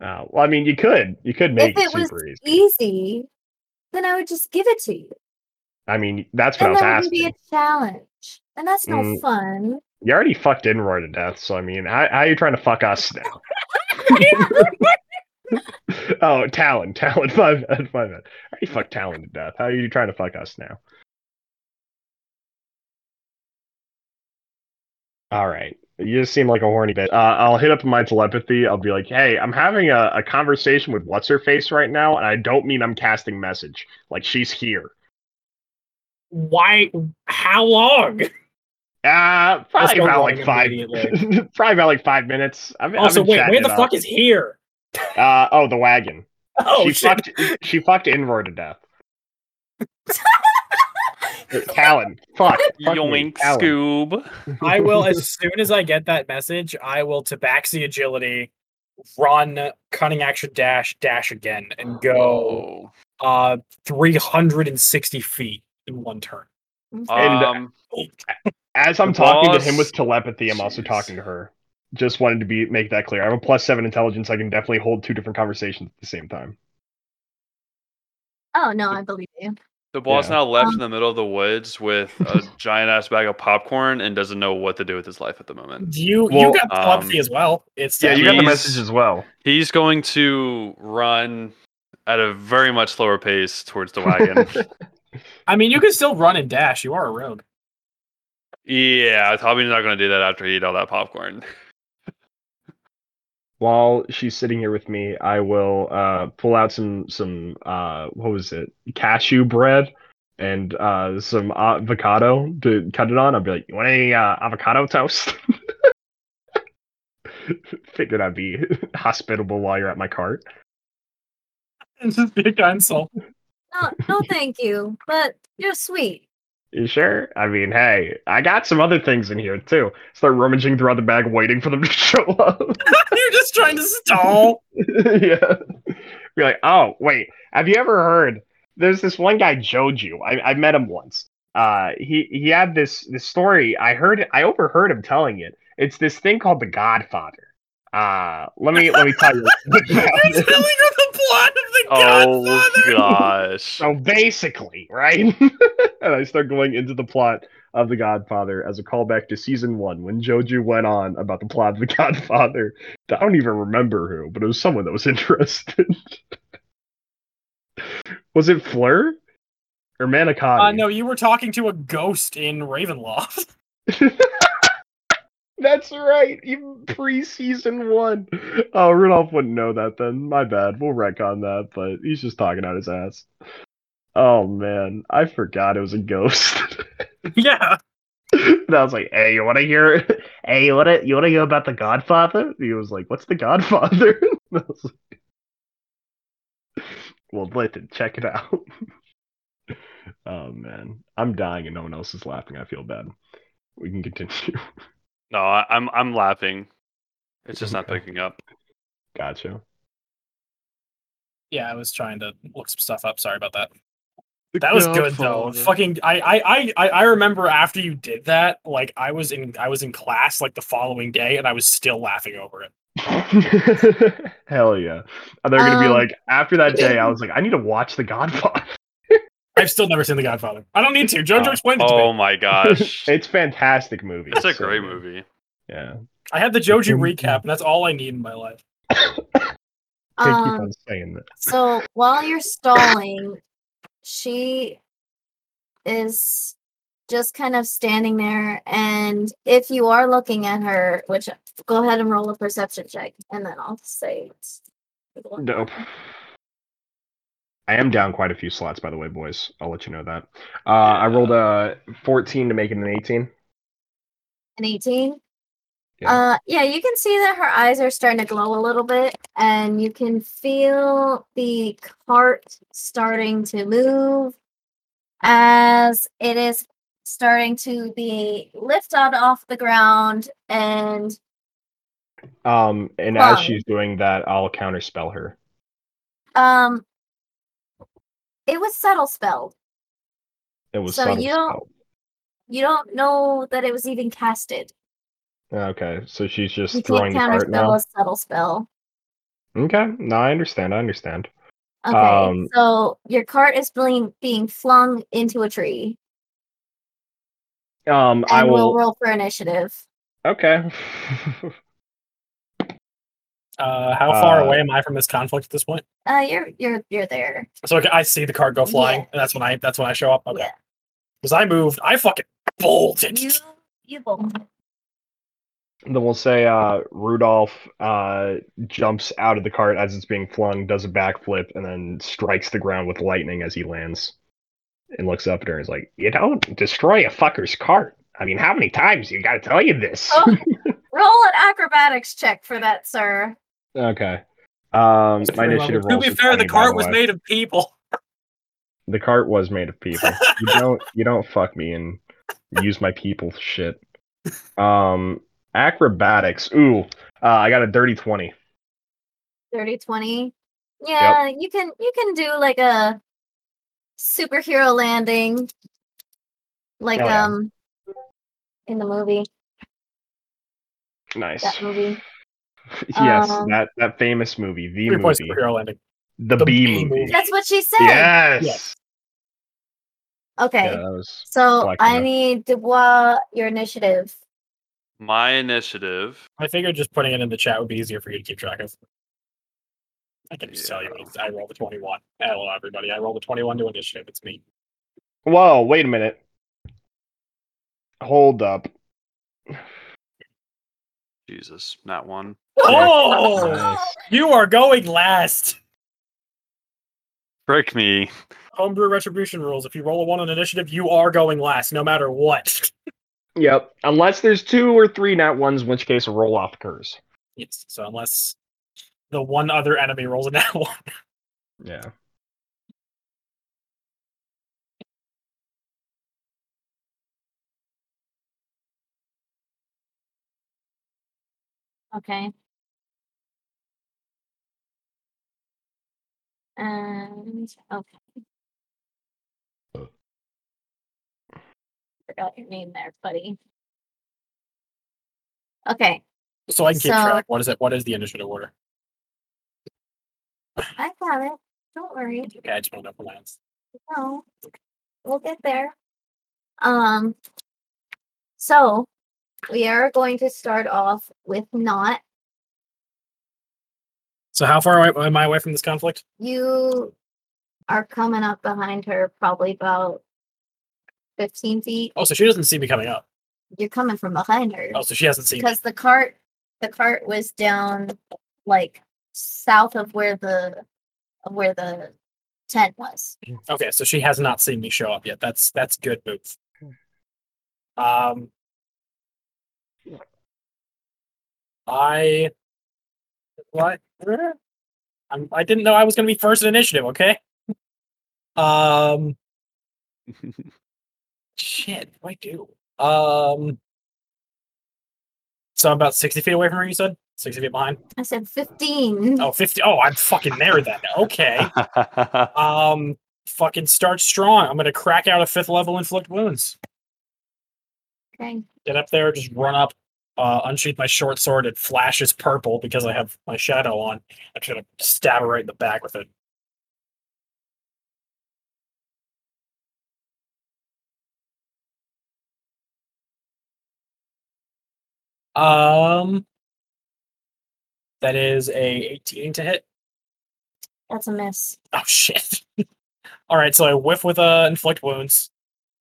Uh, well, I mean, you could, you could make If it, it was e super easy. easy, then I would just give it to you. I mean, that's what I And was that wouldn't asking. be a challenge. And that's no Mm. *laughs* fun. You already fucked Inroy to death, so I mean, how, how are you trying to fuck us now? *laughs* oh, Talon, Talon, *laughs* my bad, my bad. I already fucked Talon to death. How are you trying to fuck us now? All right. You just seem like a horny bitch. Uh, I'll hit up my telepathy. I'll be like, hey, I'm having a, a conversation with What's Her Face right now, and I don't mean I'm casting message. Like, she's here. Why? How *laughs* long? Uh, Let's probably go about going like five. immediately. *laughs* probably about like five minutes. I've, I've Also, been wait, chatting where it the up. fuck is here? Uh, oh, the wagon. Oh she shit! fucked. She fucked Inroy to *laughs* death. Talon, fuck. fuck me, Yoink, Talon. Scoob. I will, *laughs* as soon as I get that message, I will tabaxi agility, run, cunning action dash, dash again, and go Whoa. Oh. uh 360 feet in one turn. And- Um, As I'm The talking to boss- him with telepathy, I'm also Jeez. talking to her. Just wanted to be make that clear. I have a plus seven intelligence. I can definitely hold two different conversations at the same time. *laughs* Oh no, I believe you. the boss yeah. now left Um, in the middle of the woods with a giant ass bag of popcorn and doesn't know what to do with his life at the moment. You Well, you got telepathy um, as well. It's Yeah, you got the He's- message as well. He's going to run at a very much slower pace towards the wagon. I mean, you can still run and dash. You are a rogue. yeah, I'm probably not going to do that after he ate all that popcorn. While she's sitting here with me, I will uh, pull out some some uh, what was it cashew bread and uh, some avocado to cut it on. I'll be like, "You want any uh, avocado toast?" *laughs* Figured I'd be hospitable while you're at my cart. *laughs* Just be a console. No, no, thank you. But you're sweet. You sure? I mean, hey, I got some other things in here too. Start rummaging throughout the bag, waiting for them to *laughs* show up. You're just trying to *laughs* stall. *laughs* yeah. Be like, oh, wait, have you ever heard? There's this one guy, Joju. I, I met him once. Uh, he he had this this story. I heard. I overheard him telling it. It's this thing called the Godfather. Uh, let me let me tell you. You're telling her the plot of the Oh Godfather. *laughs* gosh. So basically, right? *laughs* and I start going into the plot of The Godfather as a callback to season one when Joju went on about the plot of The Godfather. I don't even remember who, but it was someone that was *laughs* interested. was it Fleur or Manicotti? Uh, no, you were talking to a ghost in Ravenloft. *laughs* *laughs* That's right, even pre-season one. Oh, Rudolph wouldn't know that then. My bad. We'll wreck on that, but he's just talking out his ass. Oh man, I forgot it was a ghost. *laughs* yeah. and I was like, "Hey, you want to hear? *laughs* Hey, you want to you want to hear about the Godfather?" He was like, "What's the Godfather?" *laughs* And I was like, well, listen, check it out. *laughs* oh man, I'm dying and no one else is laughing. I feel bad. We can continue. No, I, I'm I'm laughing. It's just not Okay. picking up. gotcha. Yeah, I was trying to look some stuff up. Sorry about that. That was good though. Fucking, I, I, I- I, I remember after you did that. Like, I was in, I was in class like the following day, and I was still laughing over it. *laughs* Hell yeah. And they're gonna be Um, like, after that day, I was like, I need to watch The Godfather. I've still never seen The Godfather. I don't need to. Jojo Oh. explained it to Oh me. my gosh. *laughs* it's fantastic movie. It's a so- great movie. Yeah. I have the Jojo Mm. recap, and that's all I need in my life. They keep Um, on saying that. so while you're stalling, she is just kind of standing there. And if you are looking at her, which go ahead and roll a perception check, and then I'll say. it's- Dope. I am down quite a few slots, by the way, boys. I'll let you know that. Uh, I rolled a 14 to make it an 18. an 18 Yeah. uh yeah you can see that her eyes are starting to glow a little bit and you can feel the cart starting to move as it is starting to be lifted off the ground and Um, and as Fine. she's doing that, I'll counterspell her. um it was subtle spelled It was So subtle you don't- you don't know that it was even casted spell. Okay, so she's just you can't throwing the counter cart now. spell a subtle spell Okay, no, I understand. I understand. okay Um, so your cart is being being flung into a tree Um, I and we'll will. roll for initiative Okay. *laughs* Uh, how far Uh, away am I from this conflict at this point? Uh, you're you're you're there. So okay, I see the card go flying, Yeah. and that's when I that's when I show up. Okay, Yeah, because I moved, I fucking bolted. you *laughs* you both. then we'll say uh, Rudolph uh, jumps out of the cart as it's being flung, does a backflip, and then strikes the ground with lightning as he lands. And looks up at her and is like, "You don't destroy a fucker's cart. I mean, how many times you got to tell you this?" Oh, roll an acrobatics check for that, sir. okay. Um, That's my pretty initiative. level. To rolls be are fair, 20, the by cart was way. made of people. The cart was made of people. *laughs* You don't you don't fuck me and use my people shit. Um acrobatics. Ooh, uh, I got a dirty 20. 30, 20. Yeah, you can you can do like a superhero landing, like Oh, yeah. um in the movie Nice. that movie. *laughs* yes, Um, that that famous movie, the Three points movie, superhero landing. the, the B, B movie. movie. That's what she said. Yes. Yes. Okay, Yeah, that was so Black I Widow. need Dubois your initiative. My initiative. I figured just putting it in the chat would be easier for you to keep track of. I can just tell you, Yeah. I rolled a twenty-one. Hello, everybody. I rolled a twenty-one to initiative. It's me. Whoa, wait a minute. Hold up. Jesus, not one. Oh, Nice. you are going last. Frick me. Homebrew retribution rules. If you roll a one on initiative, you are going last, no matter what. Yep. Unless there's two or three nat ones, in which case a roll off occurs. Yes. So unless the one other enemy rolls a *laughs* nat one, Yeah. Okay. And okay. Forgot your name there, buddy. Okay, so I can keep So- track. What is it? What is the initiative order? I got it. Don't worry. Okay, I just want to know for lands. No, we'll get there. Um, so we are going to start off with not So how far away, am I away from this conflict? you are coming up behind her, probably about fifteen feet. Oh, so she doesn't see me coming up. You're coming from behind her. Oh, so she hasn't seen. me. because the cart the cart was down like south of where the of where the tent was Okay, so she has not seen me show up yet. That's that's good move. Um, I what? I'm, I didn't know I was going to be first in initiative. Okay. Um. Shit, what do I do? Um. So I'm about 60 feet away from her, you said? 60 feet behind? i said 15 Oh, 50. Oh, I'm fucking there then. Okay. *laughs* Um, fucking start strong. I'm going to crack out a fifth level inflict wounds. okay Get up there, just run up. uh, unsheath my short sword. It flashes purple because I have my shadow on. I'm just gonna stab her right in the back with it. Um, that is a 18 to hit. That's a miss. *laughs* Oh shit! All right, so I whiff with uh, inflict wounds.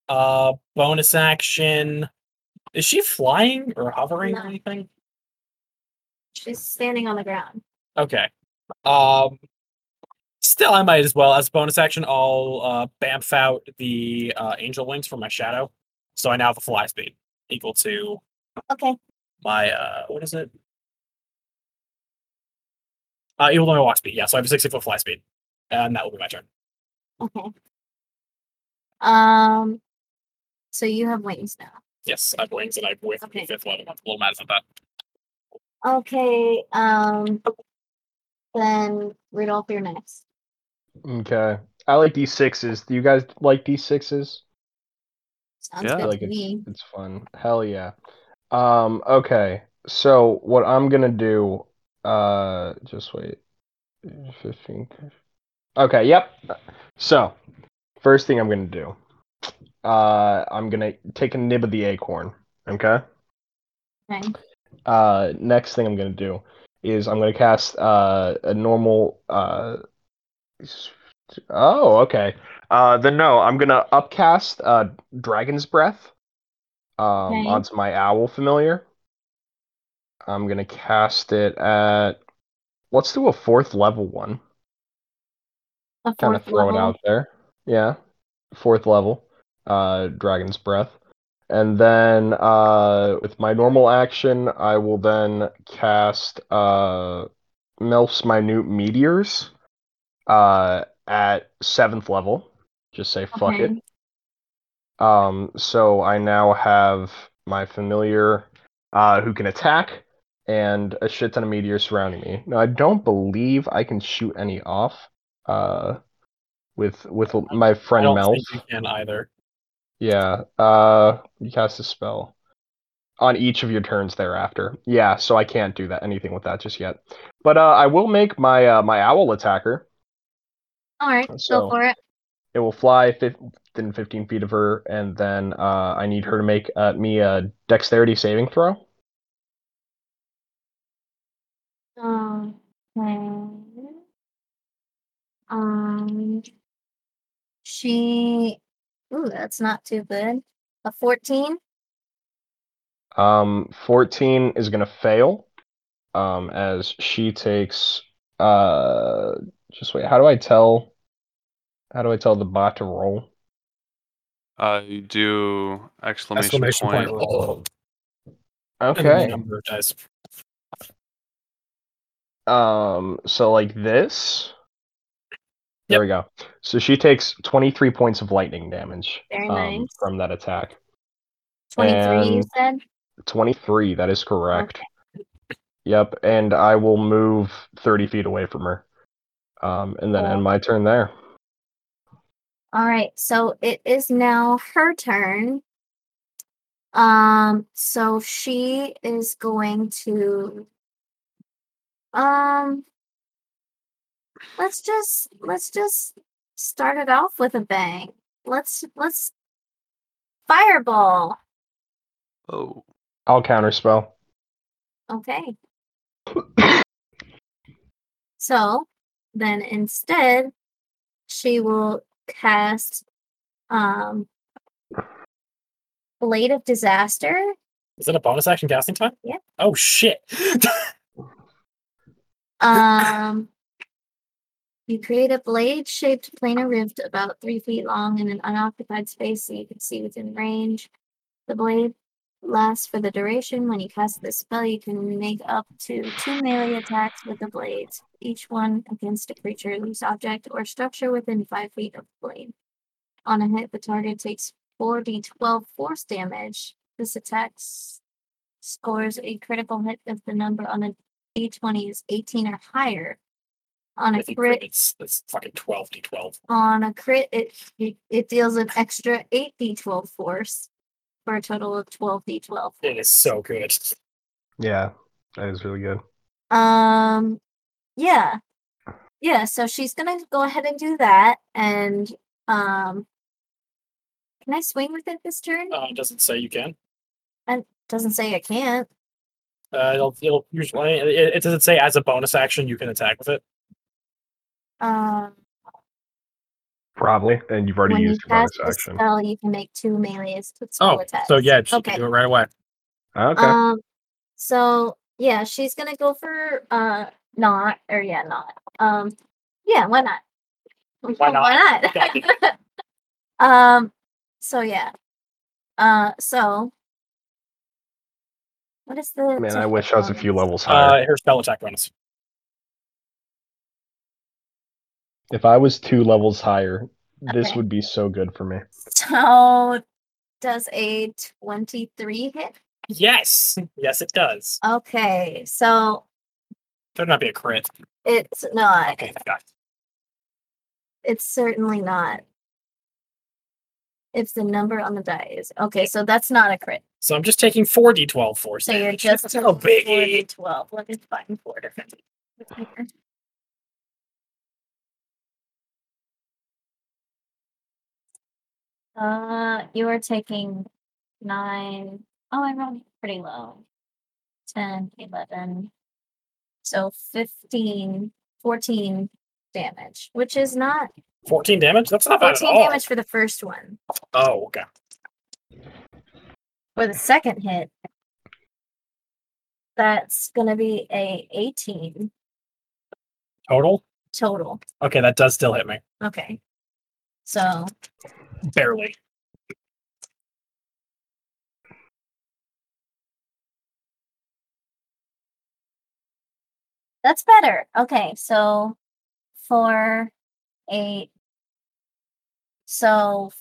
Uh, bonus action. Is she flying or hovering No. or anything? She's standing on the ground. Okay. Um still I might as well as a bonus action I'll uh bamf out the uh angel wings for my shadow. So I now have a fly speed equal to Okay. my uh what is it? Uh equal to my walk speed, yeah. So I have a sixty foot fly speed. And that will be my turn. Okay. Um. So you have wings now. Yes, I have wings and I have with Okay. fifth level. I'm a little mad about that. Okay. Um. Then Rudolph, you're next. Okay. I like D sixes. Do you guys like D sixes? Sounds Yeah. I good like to it's me. it's fun. Hell yeah. Um, okay. So what I'm gonna do, uh just wait. 15. Okay, yep. So first thing I'm gonna do. Uh I'm gonna take a nib of the acorn. Okay. Okay. Uh next thing I'm gonna do is I'm gonna cast uh a normal uh s- Oh, okay. Uh then no, I'm gonna upcast uh Dragon's Breath um Okay. onto my owl familiar. I'm gonna cast it at let's do a fourth level one. A Kind of fourth throw level. it out there. Yeah. Fourth level. Uh Dragon's Breath. And then uh with my normal action, I will then cast uh Melf's Minute Meteors uh at seventh level. Just say fuck Okay. it. Um so I now have my familiar uh who can attack and a shit ton of meteors surrounding me. Now I don't believe I can shoot any off uh with with my I friend don't Melf. think you can either. Yeah. Uh, you cast a spell on each of your turns thereafter. Yeah, so I can't do that anything with that just yet. But uh, I will make my uh, my owl attacker. All right. So- go for it. It will fly fif- within 15 feet of her, and then uh, I need her to make uh, me a dexterity saving throw. Um, Okay. Um. She. Ooh, that's not too good. A fourteen. Um, 14 is gonna fail. Um, as she takes uh, just wait. How do I tell? How do I tell the bot to roll? Uh, you do exclamation, Exclamation point. point roll. And then the Oh, Okay. number of dice. Um, so like this. There Yep. we go. So she takes 23 points of lightning damage Very um, nice. from that attack. Twenty-three. You and- said. 23, that is correct. Yep, and I will move 30 feet away from her. Um, and then end my turn there. All right, so it is now her turn. Um, so she is going to um let's just let's just start it off with a bang. Let's let's fireball. Oh, I'll counterspell. Okay. so then instead, she will cast um Blade of Disaster. Is it a bonus action casting time? Yeah. Oh shit. *laughs* Um, you create a blade-shaped planar rift about three feet long in an unoccupied space that you can see within range. The blade lasts for the duration. When you cast this spell, you can make up to two melee attacks with the blades, each one against a creature, loose object, or structure within five feet of the blade. On a hit, the target takes 4d12 force damage. This attack s- scores a critical hit if the number on the d20 is 18 or higher. On a If you crit, crit, it's, it's fucking twelve d twelve. on a crit, it it, it deals an extra 8d12 force for a total of 12d12. It is so good. Yeah, that is really good. Um, yeah, yeah. So she's gonna go ahead and do that, and um, can I swing with it this turn? Uh, it doesn't say you can. Doesn't say I can't. Uh, it'll, it'll usually it, it doesn't say as a bonus action you can attack with it. Um, Probably. And you've already when you used your bonus cast a action. spell, you can make two melee's with spell Oh, attacks. so yeah, she Okay. can do it right away. Ah, Okay. Um, so yeah, she's gonna go for uh not or yeah not. Um, yeah, why not? Why not? Why not? *laughs* um, so yeah. Uh, so what is the? Man, I attack wish I was a few bonus? levels higher. Uh, her spell attack bonus. if I was two levels higher, this Okay. would be so good for me. *laughs* *laughs* So does a twenty-three hit? Yes, yes, it does. Okay, so Better not be a crit. it's not. Okay, got it. It's certainly not. It's the number on the die is okay, so that's not a crit. So I'm just taking four d12 force. So you're damage. just E. That's no taking four biggie. to twelve. Let me find four different. E. Uh, you are taking nine. Oh, I rolled pretty low. 10, 11. So 15, 14 damage, which is not 14 damage. That's not bad at 14 all. damage for the first one. Oh, okay. For the second hit, that's gonna be a 18 Total. total. Okay, that does still hit me. Okay. So Barely. that's better. Okay, so four, eight, so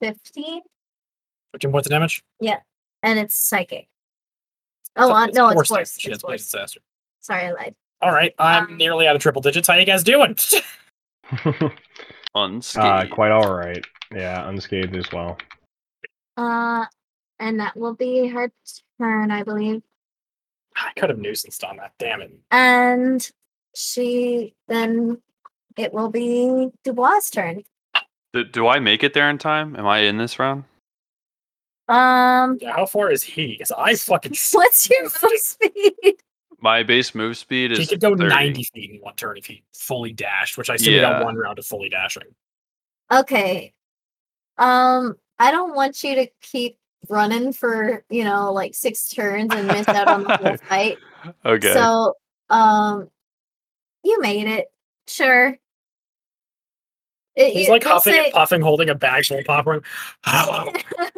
15, 15 points of damage. and it's psychic. Oh, So uh, no, damage. it's force. She It's has blade force. disaster. Sorry, I lied. All right, I'm Um, nearly out of triple digits. How you guys doing? *laughs* uh, Unscathed. quite all right. Yeah, unscathed as well. Uh, and that will be her turn, I believe. I could have nuisanced on that. Damn it. And she then it will be Dubois' turn. do, do I make it there in time? Am I in this round? Um, *laughs* Yeah, how far is he? Because I fucking. what's your move *laughs* speed? My base move speed is He could go 30. 90 feet in one turn if he fully dashed, which I assume he Yeah. got one round of fully dashing. Okay. Um, I don't want you to keep running for you know like six turns and miss out on the *laughs* whole fight. Okay. So, um, you made it. Sure. It, He's you- like we'll huffing say- and puffing, holding a bag full of *laughs* popcorn. *laughs* we'll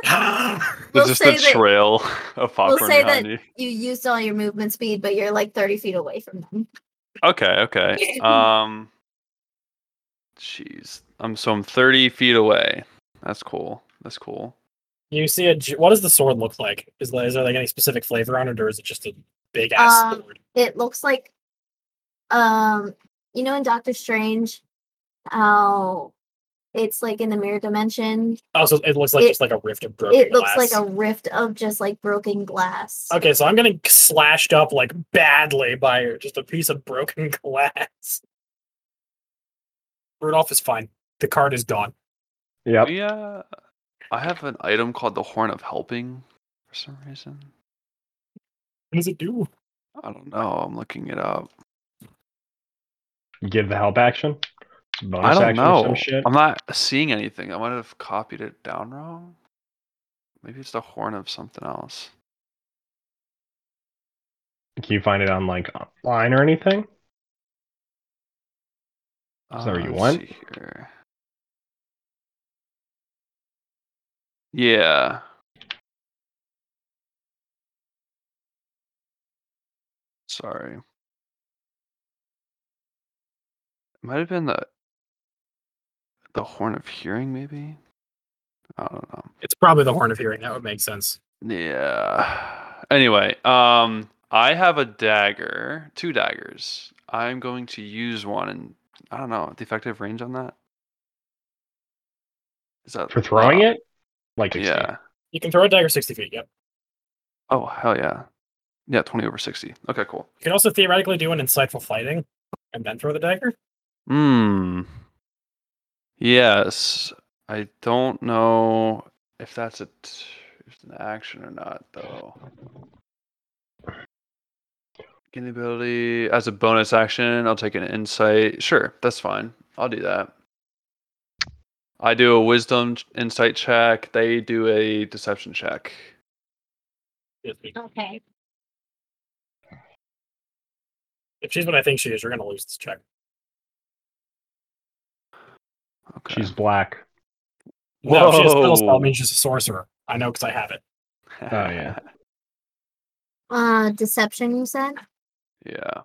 There's just say a that- trail *laughs* of popcorn say behind that- you. you used all your movement speed, but you're like 30 feet away from them. Okay, *laughs* okay. Um Jeez. I'm so I'm 30 feet away. That's cool. That's cool. you see a. j- What does the sword look like? Is, there- is there like any specific flavor on it, or is it just a big ass Um, sword? It looks like, um, you know, in Doctor Strange, how it's like in the mirror dimension. Also, Oh, it looks like it- just like a rift of broken It looks like glass. a rift of just like broken glass. Okay, so I'm getting slashed up like badly by just a piece of broken *laughs* glass. Rudolph is fine. The card is gone. Yep. Yeah. uh, I have an item called the Horn of Helping for some reason. What does it do? I don't know. I'm looking it up. Give the help action. I Bonus don't action or know. some shit. I'm not seeing anything. I might have copied it down wrong. Maybe it's the horn of something else. Can you find it on like online or anything? Is that what you Uh, let's want? see here. Yeah. Sorry. It might have been the the horn of hearing, maybe. I don't know. It's probably the Horn of Hearing. That would make sense. Yeah. Anyway, um, I have a dagger, two daggers. I'm going to use one, and I don't know the effective range on that. Is that For throwing uh, it? Like 60. Yeah. You can throw a dagger 60 feet. Yep. Oh hell yeah. Yeah, 20 over 60. Okay, cool. You could also theoretically do an insightful fighting and then throw the dagger. Hmm. Yes. I don't know if that's a t- if it's an action or not, though. Gain the ability as a bonus action. I'll take an insight. Sure, that's fine. I'll do that. I do a wisdom ch- insight check. They do a deception check. Okay. If she's what I think she is, you're gonna lose this check. Okay. She's black. No, if she has spell spell Whoa. it means she's a sorcerer. I know because I have it. oh yeah. Uh, deception. You said. *laughs* Yeah.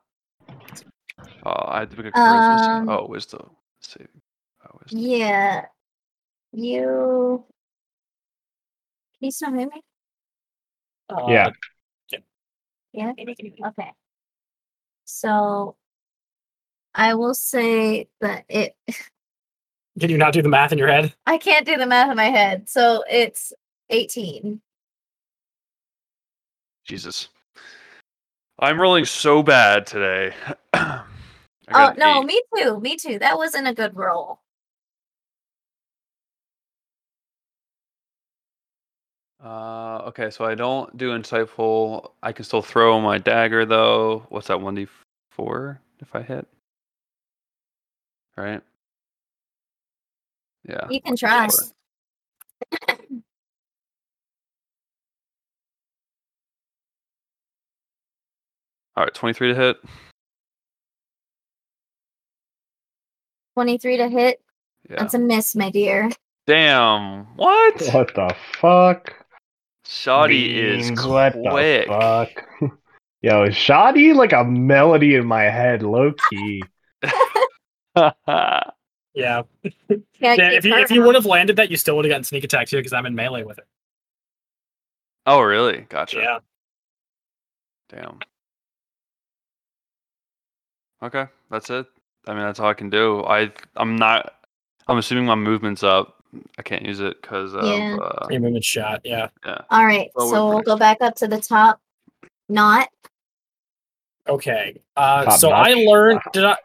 Oh, I had to pick a charisma. sa- Um, oh, wisdom. Saving. Oh, wisdom. Yeah. You. Can you still hear me? Uh, Yeah. Yeah. Okay. So, I will say that it. *laughs* Can you not do the math in your head? I can't do the math in my head, so it's eighteen. Jesus. I'm rolling so bad today. *clears throat* I Oh got an no, eight. me too. Me too. That wasn't a good roll. Uh, okay, so I don't do insightful. I can still throw my dagger though. What's that? One d four if I hit. Right. Yeah. Oh, You can try. Yes. All right, twenty three to hit. Twenty-three to hit. Yeah. That's a miss, my dear. Damn. What? What the fuck? Shoddy is Beans, what the quick. fuck? *laughs* Yo, is shoddy like a melody in my head, low key. Yeah. Can't yeah if keep you her if you out. would have landed that, you still would have gotten sneak attack too because I'm in melee with it. *laughs* oh, really? Gotcha. Yeah. Damn. Okay, that's it. I mean, that's all I can do. I I'm not. I'm assuming my movement's up. I can't use it because of. Yeah. Uh, Your movement shot. Yeah. All right, Well, we're so we'll finished. go back up to the top. Not Okay. Uh, Top so I notch. learned. Did I?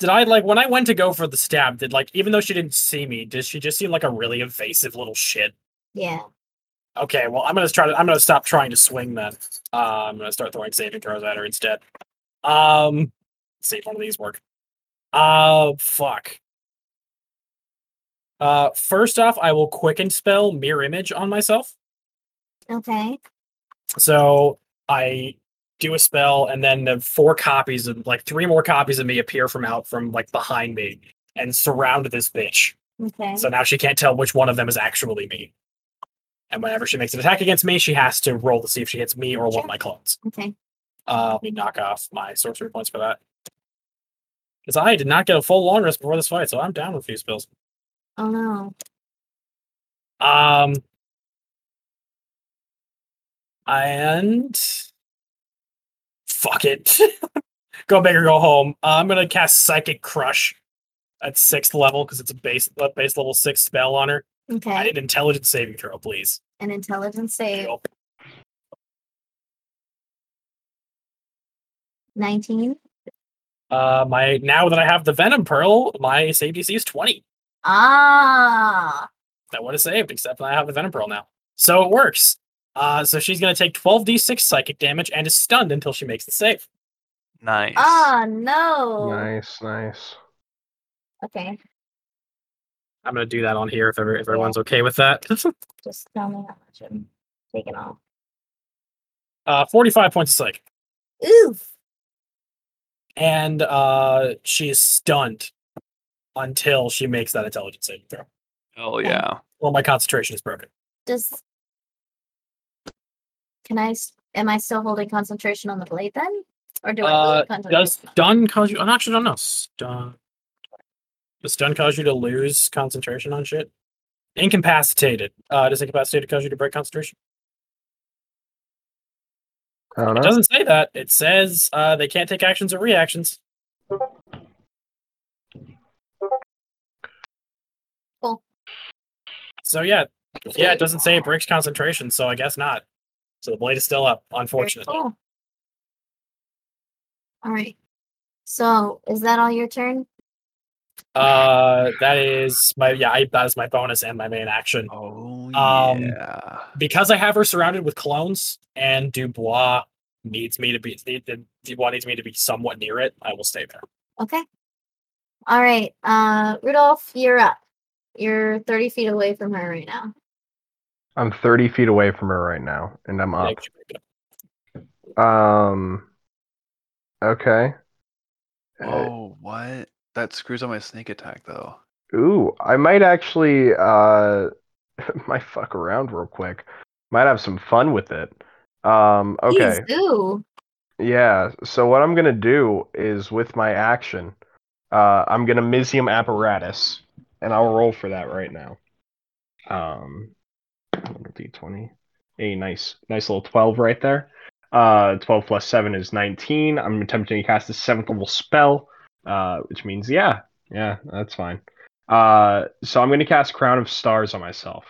Did I like when I went to go for the stab? Did like even though she didn't see me, did she just seem like a really evasive little shit? yeah. Okay. Well, I'm gonna try to. I'm gonna stop trying to swing then. Uh, I'm gonna start throwing saving throws at her instead. Um, let's see if one of these work. Uh, fuck. Uh, first off, I will quicken spell mirror image on myself. Okay. So I do a spell, and then the four copies of like three more copies of me appear from out from like behind me and surround this bitch. Okay. So now she can't tell which one of them is actually me. And whenever she makes an attack against me, she has to roll to see if she hits me or one of my clones. okay. Uh, let me knock off my sorcery points for that. Because I did not get a full long rest before this fight, so I'm down with a few spells. Oh no. Um, and fuck it, *laughs* go big or go home. Uh, I'm gonna cast Psychic Crush at sixth level because it's a base a base level six spell on her. I Okay. need an intelligence saving throw, please. An intelligence save. Cool. Nineteen. Uh, my now that I have the Venom Pearl, my save DC is twenty. Ah. That would have saved, except I have the Venom Pearl now, so it works. Uh, so she's gonna take twelve d6 psychic damage and is stunned until she makes the save. nice. Ah no. Nice, nice. Okay. I'm gonna do that on here if, ever, if Yeah. everyone's okay with that. Just tell me how much I'm taking off. *laughs* uh, 45 points of psych. Oof. And uh, she is stunned until she makes that intelligence saving throw. Hell yeah. Well, my concentration is broken. Does can I? s- Am I still holding concentration on the blade then, or do I Uh, lose concentration? Does stun cause you? I'm actually don't know. Stun. Does stun cause you to lose concentration on shit? Incapacitated. Uh, does incapacitated cause you to break concentration? I don't It know. doesn't say that. It says uh, they can't take actions or reactions. Cool. So yeah, yeah, it doesn't say it breaks concentration, so I guess not. So the blade is still up, Very unfortunately. cool. Oh. All right. So, is that all your turn? Uh, that is my yeah. I, that is my bonus and my main action Oh Um, yeah. because I have her surrounded with clones, and Dubois needs me to be. need- Dubois needs me to be somewhat near it. I will stay there. Okay. All right. Uh, Rudolph, you're up. You're 30 feet away from her right now. I'm 30 feet away from her right now, and I'm up. Like, Um. Okay. Uh, oh what? That screws on my sneak attack though. ooh, I might actually uh, *laughs* might fuck around real quick. Might have some fun with it. Um. Okay. Please do. Yeah. So what I'm gonna do is with my action, uh, I'm gonna Mizium apparatus, and I'll roll for that right now. Um, d20. Hey, nice, nice little twelve right there. Uh, twelve plus seven is nineteen. I'm attempting to cast a seventh level spell, uh, which means yeah, yeah, that's fine. Uh, so I'm gonna cast Crown of Stars on myself.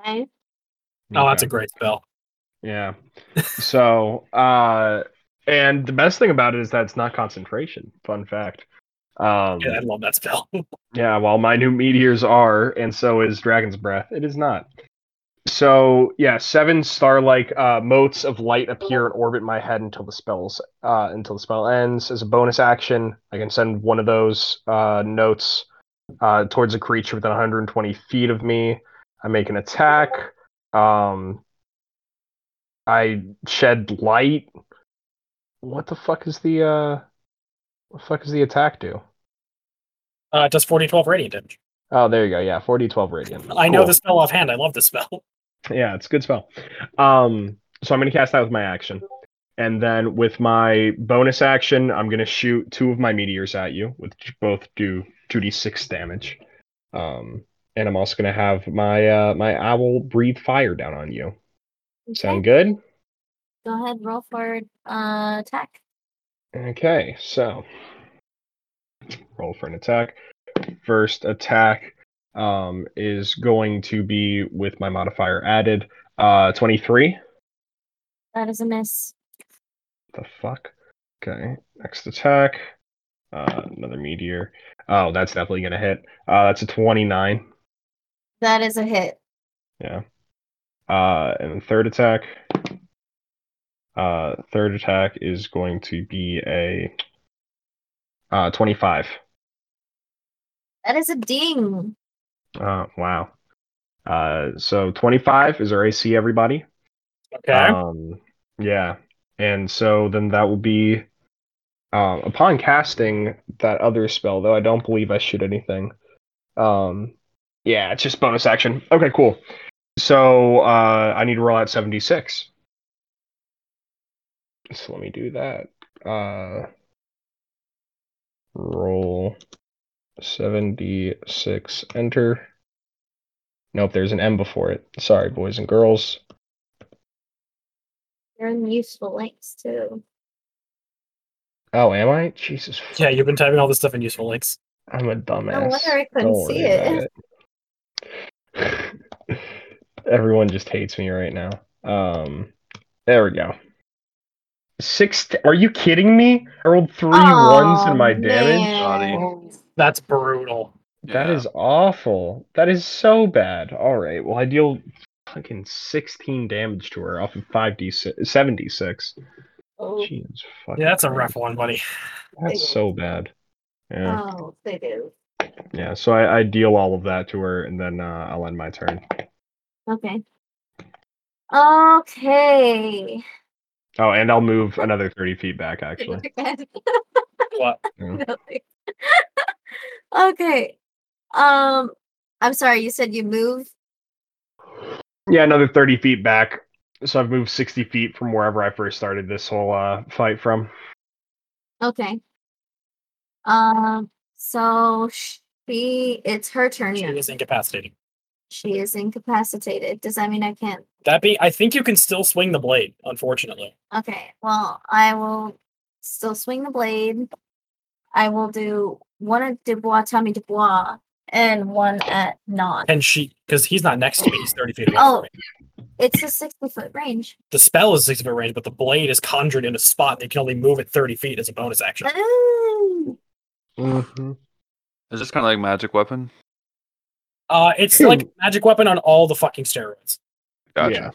Okay. Oh, that's Okay. a great spell. Yeah. So, uh, and the best thing about it is that it's not concentration. Fun fact. Um, Yeah, I yeah. love that spell. While my new meteors are, and so is Dragon's Breath, it is not. So, yeah, seven star-like uh, motes of light appear and orbit my head until the spells uh, until the spell ends. As a bonus action, I can send one of those uh, notes uh, towards a creature within 120 feet of me. I make an attack. Um, I shed light. What the fuck is the uh what the fuck does the attack do? Uh, it does 40, 12 radiant damage. Oh, there you go. Yeah, 4d12 radiant. I know Cool. the spell offhand. I love this spell. *laughs* Yeah, it's a good spell. Um so I'm going to cast that with my action. And then with my bonus action, I'm going to shoot two of my meteors at you, which both do 2d6 damage. Um and I'm also going to have my uh my owl breathe fire down on you. Okay. Sound good? Go ahead, roll for uh, attack. Okay, so roll for an attack. First attack um, is going to be with my modifier added. Uh, 23. That is a miss. The fuck? Okay, next attack. Uh, another meteor. Oh, that's definitely going to hit. Uh, that's a 29. That is a hit. Yeah. Uh, and then third attack. Uh, third attack is going to be a uh, 25. That is a ding. Uh, wow. Uh, so 25 is our AC, everybody. Okay. Um, yeah. And so then that will be, um, upon casting that other spell, though I don't believe I shoot anything. Um, yeah, it's just bonus action. Okay, cool. So uh, I need to roll out 76. So let me do that. Uh, roll 76, enter. Nope, there's an M before it. Sorry, boys and girls. You're in useful links too. Oh, am I? Jesus. yeah, you've been typing all this stuff in useful links. I'm a dumbass. wonder I couldn't Don't worry see it. about it. *laughs* Everyone just hates me right now. Um, there we go. Six. Are you kidding me? I rolled three ones Oh, in my damage. Uh, That's brutal. That is awful. That is so bad. All right. Well, I deal fucking 16 damage to her off of 5d6, 7d6. Oh, Jeez, fucking Yeah, that's a Christ. rough one, buddy. That's so bad. Yeah. oh, they do. Yeah, so I, I deal all of that to her, and then uh, I'll end my turn. Okay. Okay. Oh, and I'll move another thirty feet back. Actually, *laughs* What? Nothing. okay. Um, I'm sorry. You said you moved. yeah, another thirty feet back. So I've moved sixty feet from wherever I first started this whole uh, fight from. Okay. Um. So she, it's her turn. She now. is incapacitating. She is incapacitated. Does that mean I can't? That being, I think you can still swing the blade. Unfortunately, Okay. Well, I will still swing the blade. I will do one at Dubois, Tommy Dubois, and one at Nod. and she because he's not next to me. He's thirty feet away. Oh. from me. It's a sixty foot range. The spell is six foot range, but the blade is conjured in a spot that you can only move at thirty feet as a bonus action. Ooh. Mhm. Is this kind of like magic weapon? Uh, it's like a magic weapon on all the fucking steroids. Gotcha. Yeah.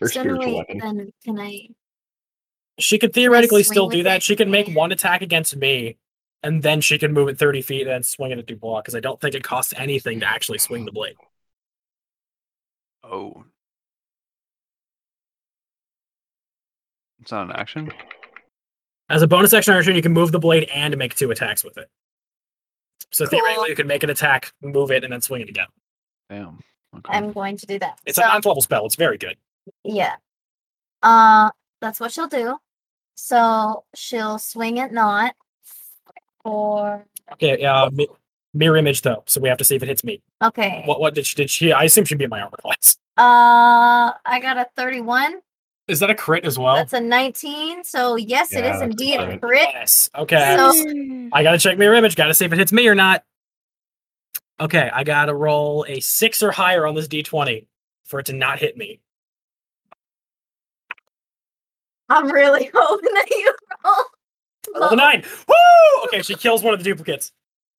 Or So spiritual wait, weapon. then can I? She could theoretically swing still with do that. it? She can make one attack against me, and then she can move it thirty feet and swing it at Dubois because I don't think it costs anything to actually swing the blade. Oh. It's not an action. As a bonus action action, you can move the blade and make two attacks with it. So Cool. theoretically, you can make an attack, move it, and then swing it again. Damn. Okay. I'm going to do that. It's so, a ninth level spell. It's very good. yeah. Uh, that's what she'll do. So she'll swing at not for Okay. Uh, mi- mirror image though, so we have to see if it hits me. okay. What? What did she? Did she? I assume she beat my armor class. Uh, I got a thirty-one. Is that a crit as well? That's a nineteen. So yes, it Yeah, is that's indeed a fine. crit. yes. Okay. I gotta check mirror image. Gotta see if it hits me or not. Okay, I gotta roll a six or higher on this d20 for it to not hit me. I'm really *laughs* hoping that you roll. I rolled a low. nine. Woo! Okay, she kills one of the duplicates.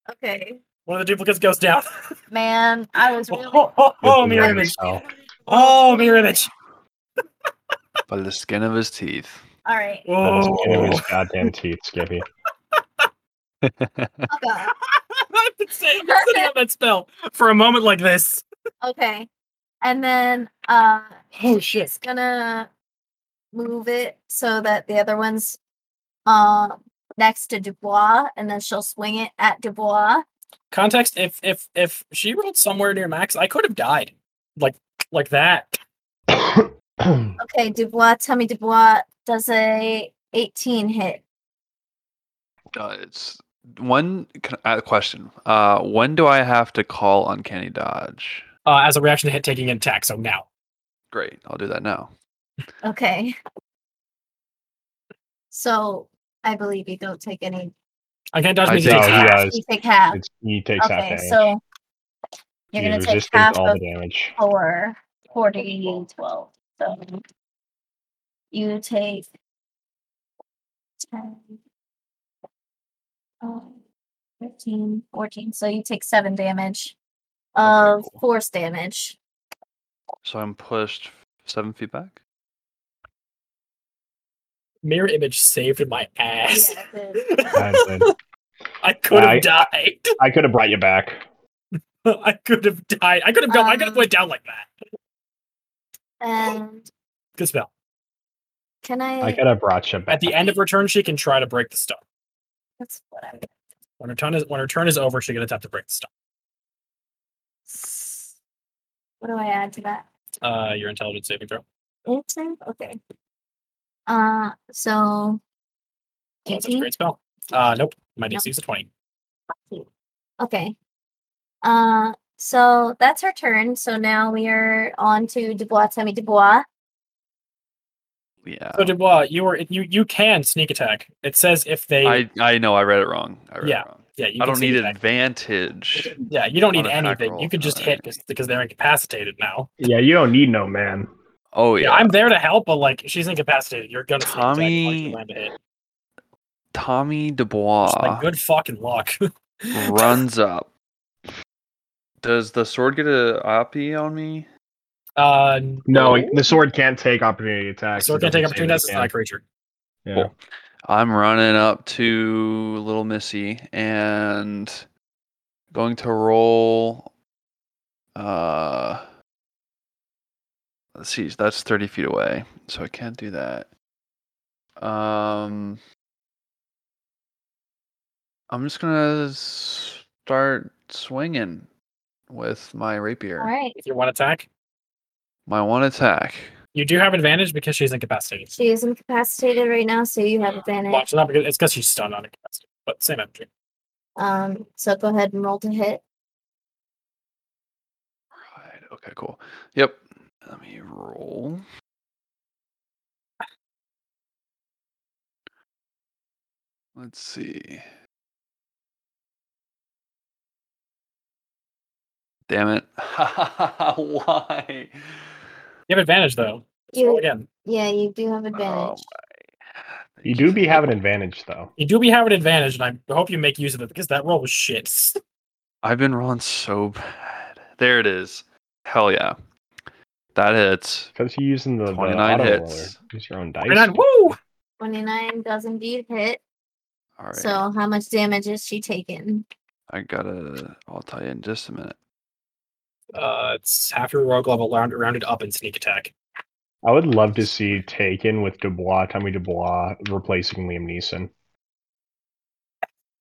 Okay, One of the duplicates goes down. *laughs* man, I was really. Oh, oh, oh, oh, Good mirror damage. image. Oh. Oh, mirror image. By the skin of his teeth. All right. That is Oh, getting *laughs* his goddamn teeth, Skippy. Oh god. I've been saying I've been saying that spell for a moment like this. Okay. And then uh Oh shit! it's gonna move it so that the other one's uh next to Dubois and then she'll swing it at Dubois. Context: If if if she rolled somewhere near max, I could have died. Like like that. Okay, Dubois, tell me Dubois does a 18 hit. Uh, it's one can- uh, question. Uh, when do I have to call uncanny dodge? Uh, as a reaction to hit taking an attack. So now. Great, I'll do that now. Okay. So I believe you don't take any I can't dodge I me. take- no, takes he half. does. you take half. It's, he takes half Okay, damage. so you're He gonna take resisteth half all the of damage. four, 40, 12. So you take 10, um, 15, 14. So you take seven damage of cool. force damage. So I'm pushed seven feet back. Mirror image saved my ass. I, did. *laughs* I could have I- died. *laughs* I could have brought you back. I could have died. I could have gone. I could have Um, went down like that. *laughs* and Good spell. can I? I could have brought you back. At the end of her turn, she can try to break the stone. that's what I When her turn is when her turn is over, she's gonna attempt to break the stone. What do I add to that? Uh, your intelligence saving throw. Eight, save? Okay. Uh, so. That's a 18? great spell. Uh, nope. My DC is a twenty. Okay. Uh, so that's her turn. So now we are on to Dubois, Tammy Dubois. Yeah. So Dubois, you were you you can sneak attack. It says if they I I know I read it wrong. I read Yeah, it wrong. yeah you I can don't sneak need attack. *laughs* advantage. Yeah, you don't need on attack anything. You rolls. can just hit Alright. because because they're incapacitated now. yeah, you don't need no man. Oh yeah. Yeah, I'm there to help, but like she's incapacitated. You're gonna sneak attack once you Tommy- land a hit. Tommy Just Dubois *laughs* like good fucking luck. runs up. Does the sword get a oppie on me? uh, No, the sword can't take opportunity attacks. so It it doesn't can take say opportunity. that it That's not a can. creature. Yeah. Cool. I'm running up to little Missy and going to roll. Uh, let's see, that's 30 feet away, so I can't do that. Um, I'm just gonna start swinging with my rapier. All right. If you want attack, My one attack. you do have advantage because she's incapacitated. She is incapacitated right now, so you have advantage. Watch not because it's because she's stunned on incapacitated. But same energy. Um, so go ahead and roll to hit. Right. Okay. Cool. Yep. Let me roll. Let's see. Damn it! *laughs* Why? You have advantage though. Just You- roll again. Yeah, you do Um, have Oh advantage. my. You do be having advantage though. You do be having advantage, and I hope you make use of it because that roll was shit. *laughs* I've been rolling so bad. There it is. Hell yeah. That hits. Because you're using the, the 29 auto hits. roller. Use your own Right on. dice. Woo! 29 does indeed hit. All right. So, how much damage is she taking? I gotta. I'll tell you in just a minute. Uh, it's half your rogue level round, rounded up in sneak attack. I would love to see Taken with Dubois, Tommy Dubois replacing Liam Neeson.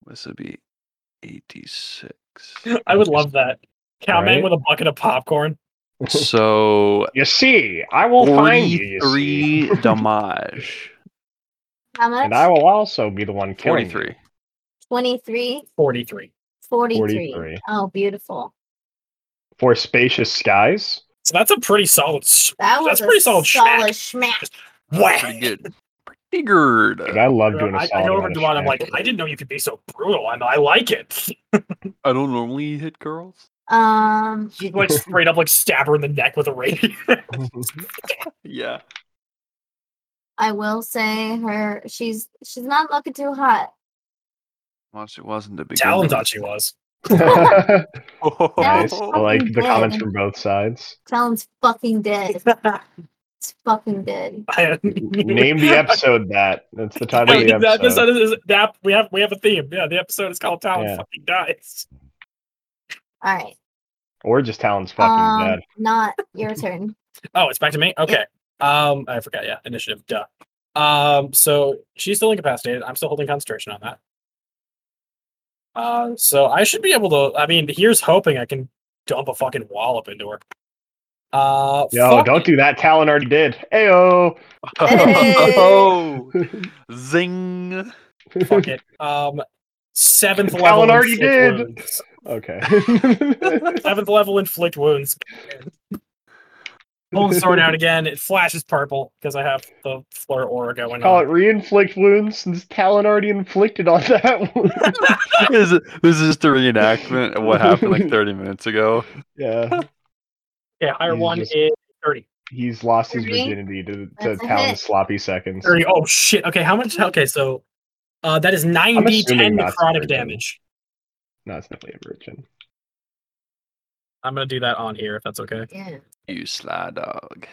This would be *laughs* 86. I would love that. Cowman Right. with a bucket of popcorn. So You see, I will find you. you see. *laughs* 43 damage. How much? And I will also be the one killing. 43. 23, 43. 43. 43. Oh, beautiful. For spacious skies. So that's a pretty solid. s- That was That's a pretty solid solid smack. smack. Pretty Whack! good. Pretty good. Dude, I love doing a I, solid I know amount over of Duan, I'm shit. like, I didn't know you could be so brutal, and I like *laughs* it. I don't normally hit girls. Um, You like straight up like stab her in the neck with a rapier. *laughs* Yeah. I will say her she's she's not looking too hot. Well, she wasn't to begin Talon with. *laughs* thought *laughs* she was. *laughs* nice. That's I like the fucking comments good. from both sides. *laughs* Talon's fucking dead. I- It's fucking dead. Name the episode that. That's the title Wait, of the *laughs* that, episode. that is, that, we have we have a theme. Yeah, the episode is called Talon Yeah. fucking dies. All right. Or just Talon's fucking Um, dead. not your turn. Oh, it's back to me. Okay. Um, I forgot. Yeah, initiative. Duh. Um, so she's still incapacitated. I'm still holding concentration on that. Uh, so I should be able to. I mean, here's hoping I can dump a fucking wallop into her. Uh, Yo, fuck don't it. do that. Talon already did. Ayo. Hey. oh, zing! Fuck it. Um, *laughs* seventh level. Talon already inflict did. wounds. *laughs* Okay. *laughs* *laughs* Seventh level inflict wounds. Pull the sword out again. It flashes purple because I have the flare aura going Call it on. re-inflict wounds since Talon already inflicted on *laughs* that wound. this, is- this is just a reenactment of what happened *laughs* like 30 minutes ago. yeah. Yeah, higher He's one just- is 30. He's lost his Thirty? virginity to, to That's a hit. Talon's sloppy seconds. 30. Oh shit. Okay, how much okay, so uh that is 90 assuming 10 that's necrotic virgin. damage. No, it's definitely a virgin. I'm gonna do that on here if that's okay. *laughs* Yeah. You sly dog.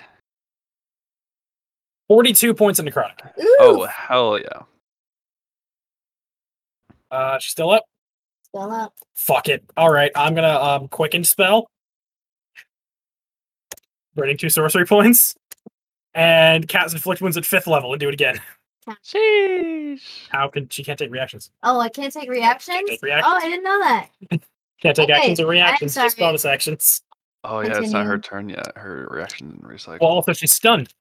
42 points of necrotic. Ooh, Oh, hell yeah. Uh she's still up? still up. Fuck it. Alright, I'm gonna um quicken spell. Burning two sorcery *laughs* points. And cast inflict wounds at fifth level and do it again. Sheesh. How can she can't take reactions? Oh, I can't take reactions. Take Oh, reactions. I didn't know that. Can't take Okay, actions or reactions, just sorry. bonus actions. Oh, yeah, it's not her Continue. turn yet. Her reaction didn't recycle. Well also she's stunned.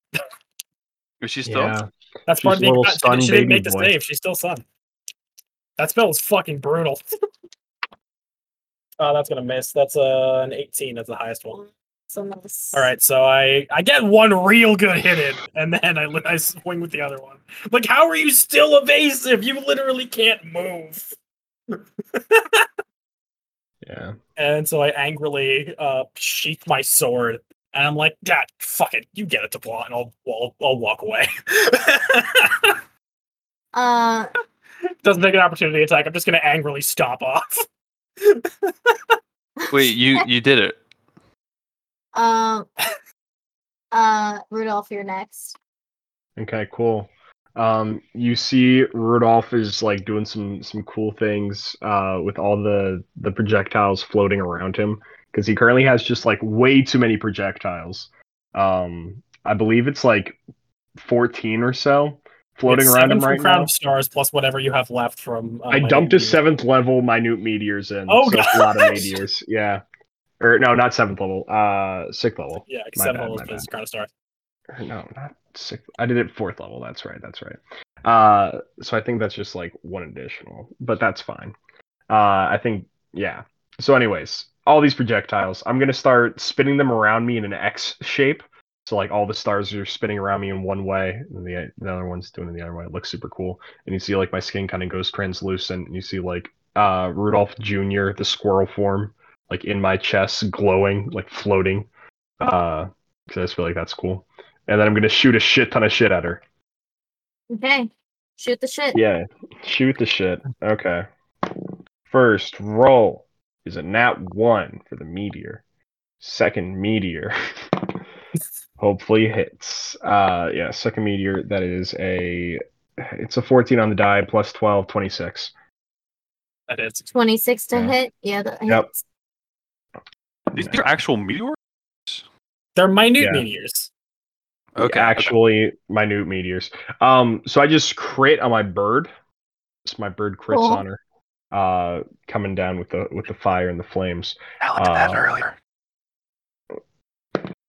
Is she still? Yeah. That's part of She's being a little stunned. She didn't- She stunned didn't baby make the boy. save. She's still stunned. That spell is fucking brutal. *laughs* oh, that's gonna miss. That's uh, an 18. That's the highest one. So nice. All right, so I I get one real good hit in, and then I li- I swing with the other one. Like, how are you still evasive? You literally can't move. Yeah. And so I angrily uh sheath my sword, and I'm like, God, fuck it, you get it to plot, and I'll I'll, I'll walk away. *laughs* Uh, Doesn't take an opportunity attack. I'm just gonna angrily stomp off. Wait, you you did it. *laughs* um, uh, Rudolph, you're next. Okay, cool. Um, you see Rudolph is like doing some some cool things uh with all the the projectiles floating around him because he currently has just like way too many projectiles. Um, I believe it's like 14 or so floating It's around seven him from right Crown now. of Stars plus whatever you have left from. Uh, I my dumped his new- seventh level minute meteors in. Oh, so it's a *laughs* lot of gosh! meteors. Yeah. Or no, not seventh level. Uh, sixth level. Yeah, 'cause My seven bad, levels my plus Crown of Stars. or no, not six. I did it fourth level. That's right. That's right. Uh, so I think that's just like one additional, but that's fine. Uh, I think yeah. So, anyways, all these projectiles, I'm gonna start spinning them around me in an X shape. So like all the stars are spinning around me in one way, and the the other one's doing it the other way. It looks super cool, and you see like my skin kind of goes translucent, and you see like uh Rudolph Jr. the squirrel form like in my chest glowing, like floating. Uh, because I just feel like that's cool. And then I'm gonna shoot a shit ton of shit at her. Okay. Shoot the *laughs* shit. Yeah, shoot the shit. Okay. First roll is a nat one for the meteor. Second meteor *laughs* hopefully hits. Uh, yeah, second meteor. That is a it's a 14 on the die plus 12, 26. That is. 26 to Yeah. hit. Yeah, that Yep. hits. These are actual meteors. They're minute Yeah. meteors. Okay. actually minute meteors. Um, so I just crit on my bird. So my bird crits Cool. on her, uh, coming down with the with the fire and the flames. Alan did that Uh, earlier.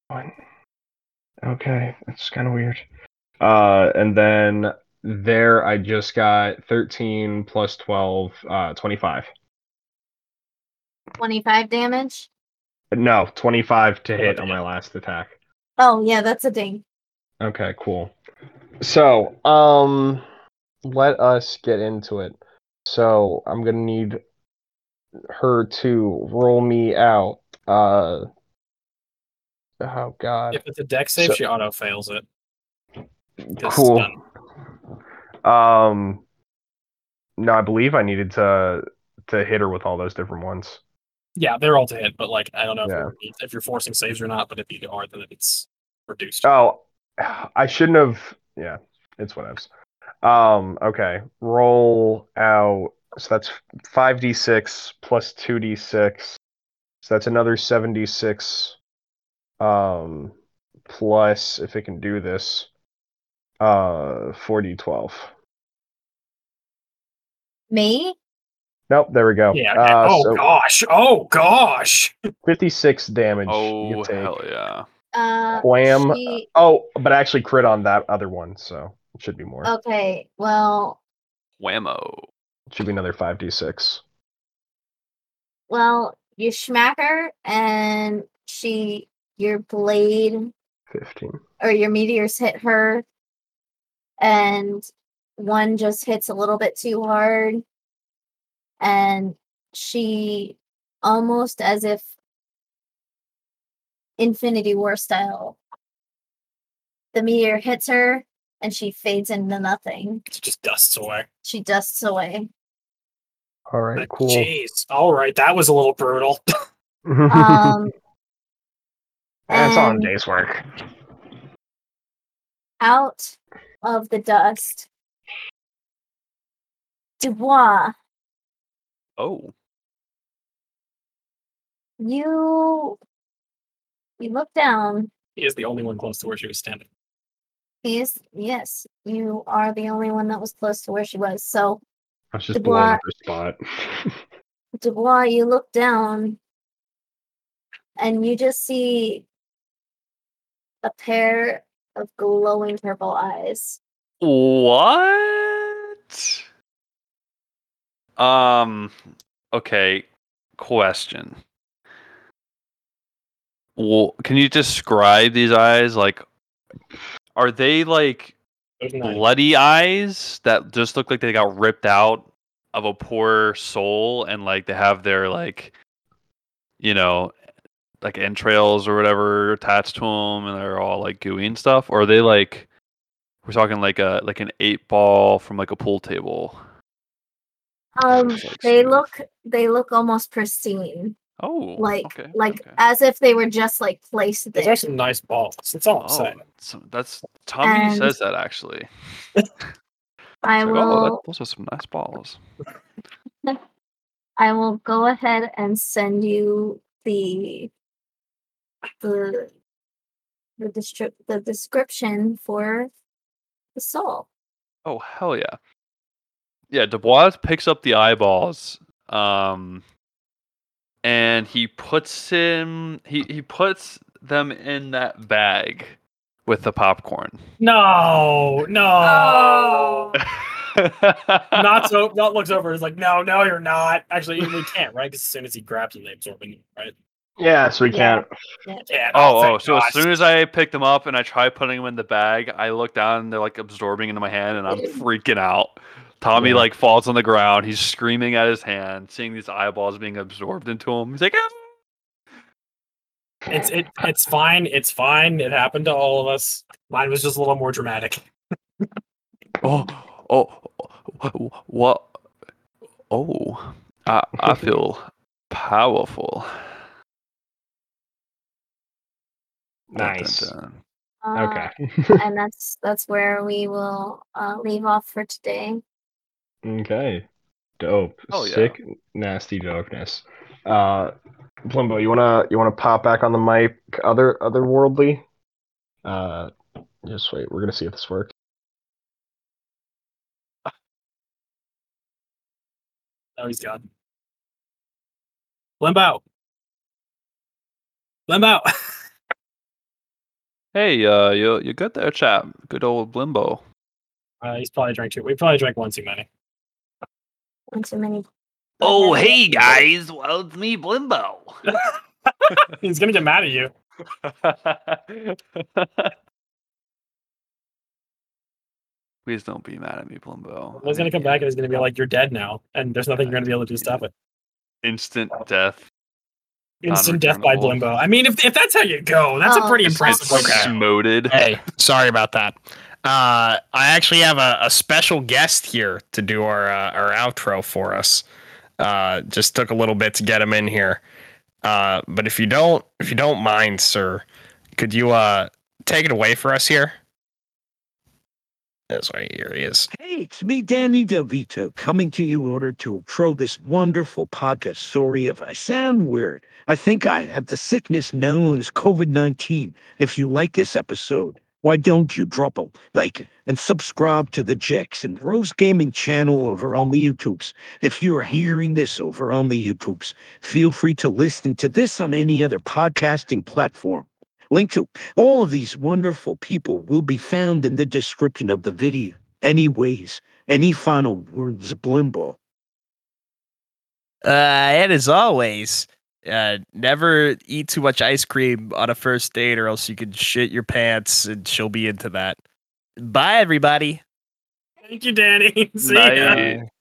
One. Okay, that's kind of weird. Uh, and then there I just got 13 plus 12, uh, 25. 25 damage. No, 25 to hit on my last attack. Oh, yeah, that's a ding. Okay, cool. So, um, let us get into it. So, I'm gonna need her to roll me out. Uh, oh God, If it's a deck save, So- she auto fails it. Just cool. done. Um, no, I believe I needed to to hit her with all those different ones. Yeah, they're all to hit, but like I don't know if, Yeah. you're, if you're forcing saves or not. But if you are, then it's reduced. Oh, I shouldn't have. Yeah, it's whatevs. Um, okay. Roll out. So that's 5d6 plus 2d6. So that's another 76 um plus if it can do this uh 4d12. Me? Nope, there we go. yeah. okay. Uh, oh so gosh. Oh gosh. 56 damage. you Oh take. hell yeah! Uh, Wham. she- Oh, but I actually crit on that other one, so it should be Oh. more. Okay, well, Whammo! It should be another 5d6. well, you smack her and she, your blade 15. or your meteors hit her and one just hits a little bit too hard and she almost as if infinity war style the meteor hits her and she fades into nothing It just dusts away. she dusts away All right, cool. Jeez. All right, that was a little brutal. *laughs* *laughs* um That's on and- day's work. out of the dust dubois Oh, you you look down he is the only one close to where she was standing. Yes, yes, you are the only one that was close to where she was. So, I was just The blown blowing at up her spot. Dubois, you look down and you just see a pair of glowing purple eyes. what? Um. Okay. Question. Well, can you describe these eyes? Like, are they like There's nine. bloody eyes that just look like they got ripped out of a poor soul and like they have their like you know like entrails or whatever attached to them and they're all like gooey and stuff or are they like we're talking like a like an eight ball from like a pool table Um, Looks like they smooth. look they look almost pristine, oh like okay, like okay. as if they were just like placed There's there. actually some nice balls. That's all I'm oh saying. so that's tommy And- says that actually I It's like, oh that, will those are some nice balls I will go ahead and send you the the the distri- the description for the soul. Oh hell yeah. Yeah, Dubois picks up the eyeballs. Um and he puts him he, he puts them in that bag with the popcorn. No, *laughs* Oh. no. *laughs* Not Not *laughs* Not looks over. Is like, no, no, you're not. Actually, we can't, right? 'Cause as soon as he grabs them, they absorb it, right? *laughs* yeah, so we Yeah. can't. Yeah. Oh, oh, thank so God. as soon as I pick them up and I try putting them in the bag, I look down and they're like absorbing into my hand and I'm freaking out. Tommy Yeah. like falls on the ground. He's screaming at his hand, seeing these eyeballs being absorbed into him. He's like, "Ah!" *laughs* It's it it's fine. It's fine. It happened to all of us. Mine was just a little more dramatic. Oh, oh, oh, what? Oh, I, I feel powerful. Dun, dun, Nice. dun. Uh, Okay. and that's that's where we will uh, leave off for today. *laughs* Okay. Dope. Oh, yeah. Sick nasty darkness. Uh Plumbo, you wanna you wanna pop back on the mic other otherworldly? Uh just wait, we're gonna see if this works. Oh, he's gone. Limbo. Limbo. *laughs* Hey, uh, you you good there, chap? Good old Blimbo. Uh, he's probably drank two. We probably drank one too many. One too many. Oh, guys, well it's me, Blimbo. He's gonna get mad at you. *laughs* Please don't be mad at me, Blimbo. I He's gonna mean, come back and he's gonna be like, "You're dead now," and there's nothing you're gonna be able to do to stop it. Instant death. Instant death by Non-returnable. Blimbo. I mean, if if that's how you go, that's a Oh, pretty it's impressive just- lookout. Smoted. Hey, sorry about that. Uh, I actually have a, a special guest here to do our uh, our outro for us. Uh, just took a little bit to get him in here, uh, but if you don't if you don't mind, sir, could you uh, take it away for us here? That's right. Here he is. Hey, it's me, Danny DeVito, coming to you in order to pro this wonderful podcast. Sorry if I sound weird. I think I have the sickness known as COVID 19. If you like this episode, why don't you drop a like and subscribe to the Jex and Rose Gaming channel over on the YouTubes? If you're hearing this over on the YouTubes, feel free to listen to this on any other podcasting platform. Link to all of these wonderful people will be found in the description of the video. Anyways, any final words, Blimbo? Uh, and as always, uh, never eat too much ice cream on a first date, or else you could shit your pants, and she'll be into that. Bye, everybody. Thank you, Danny. *laughs* See ya. Night.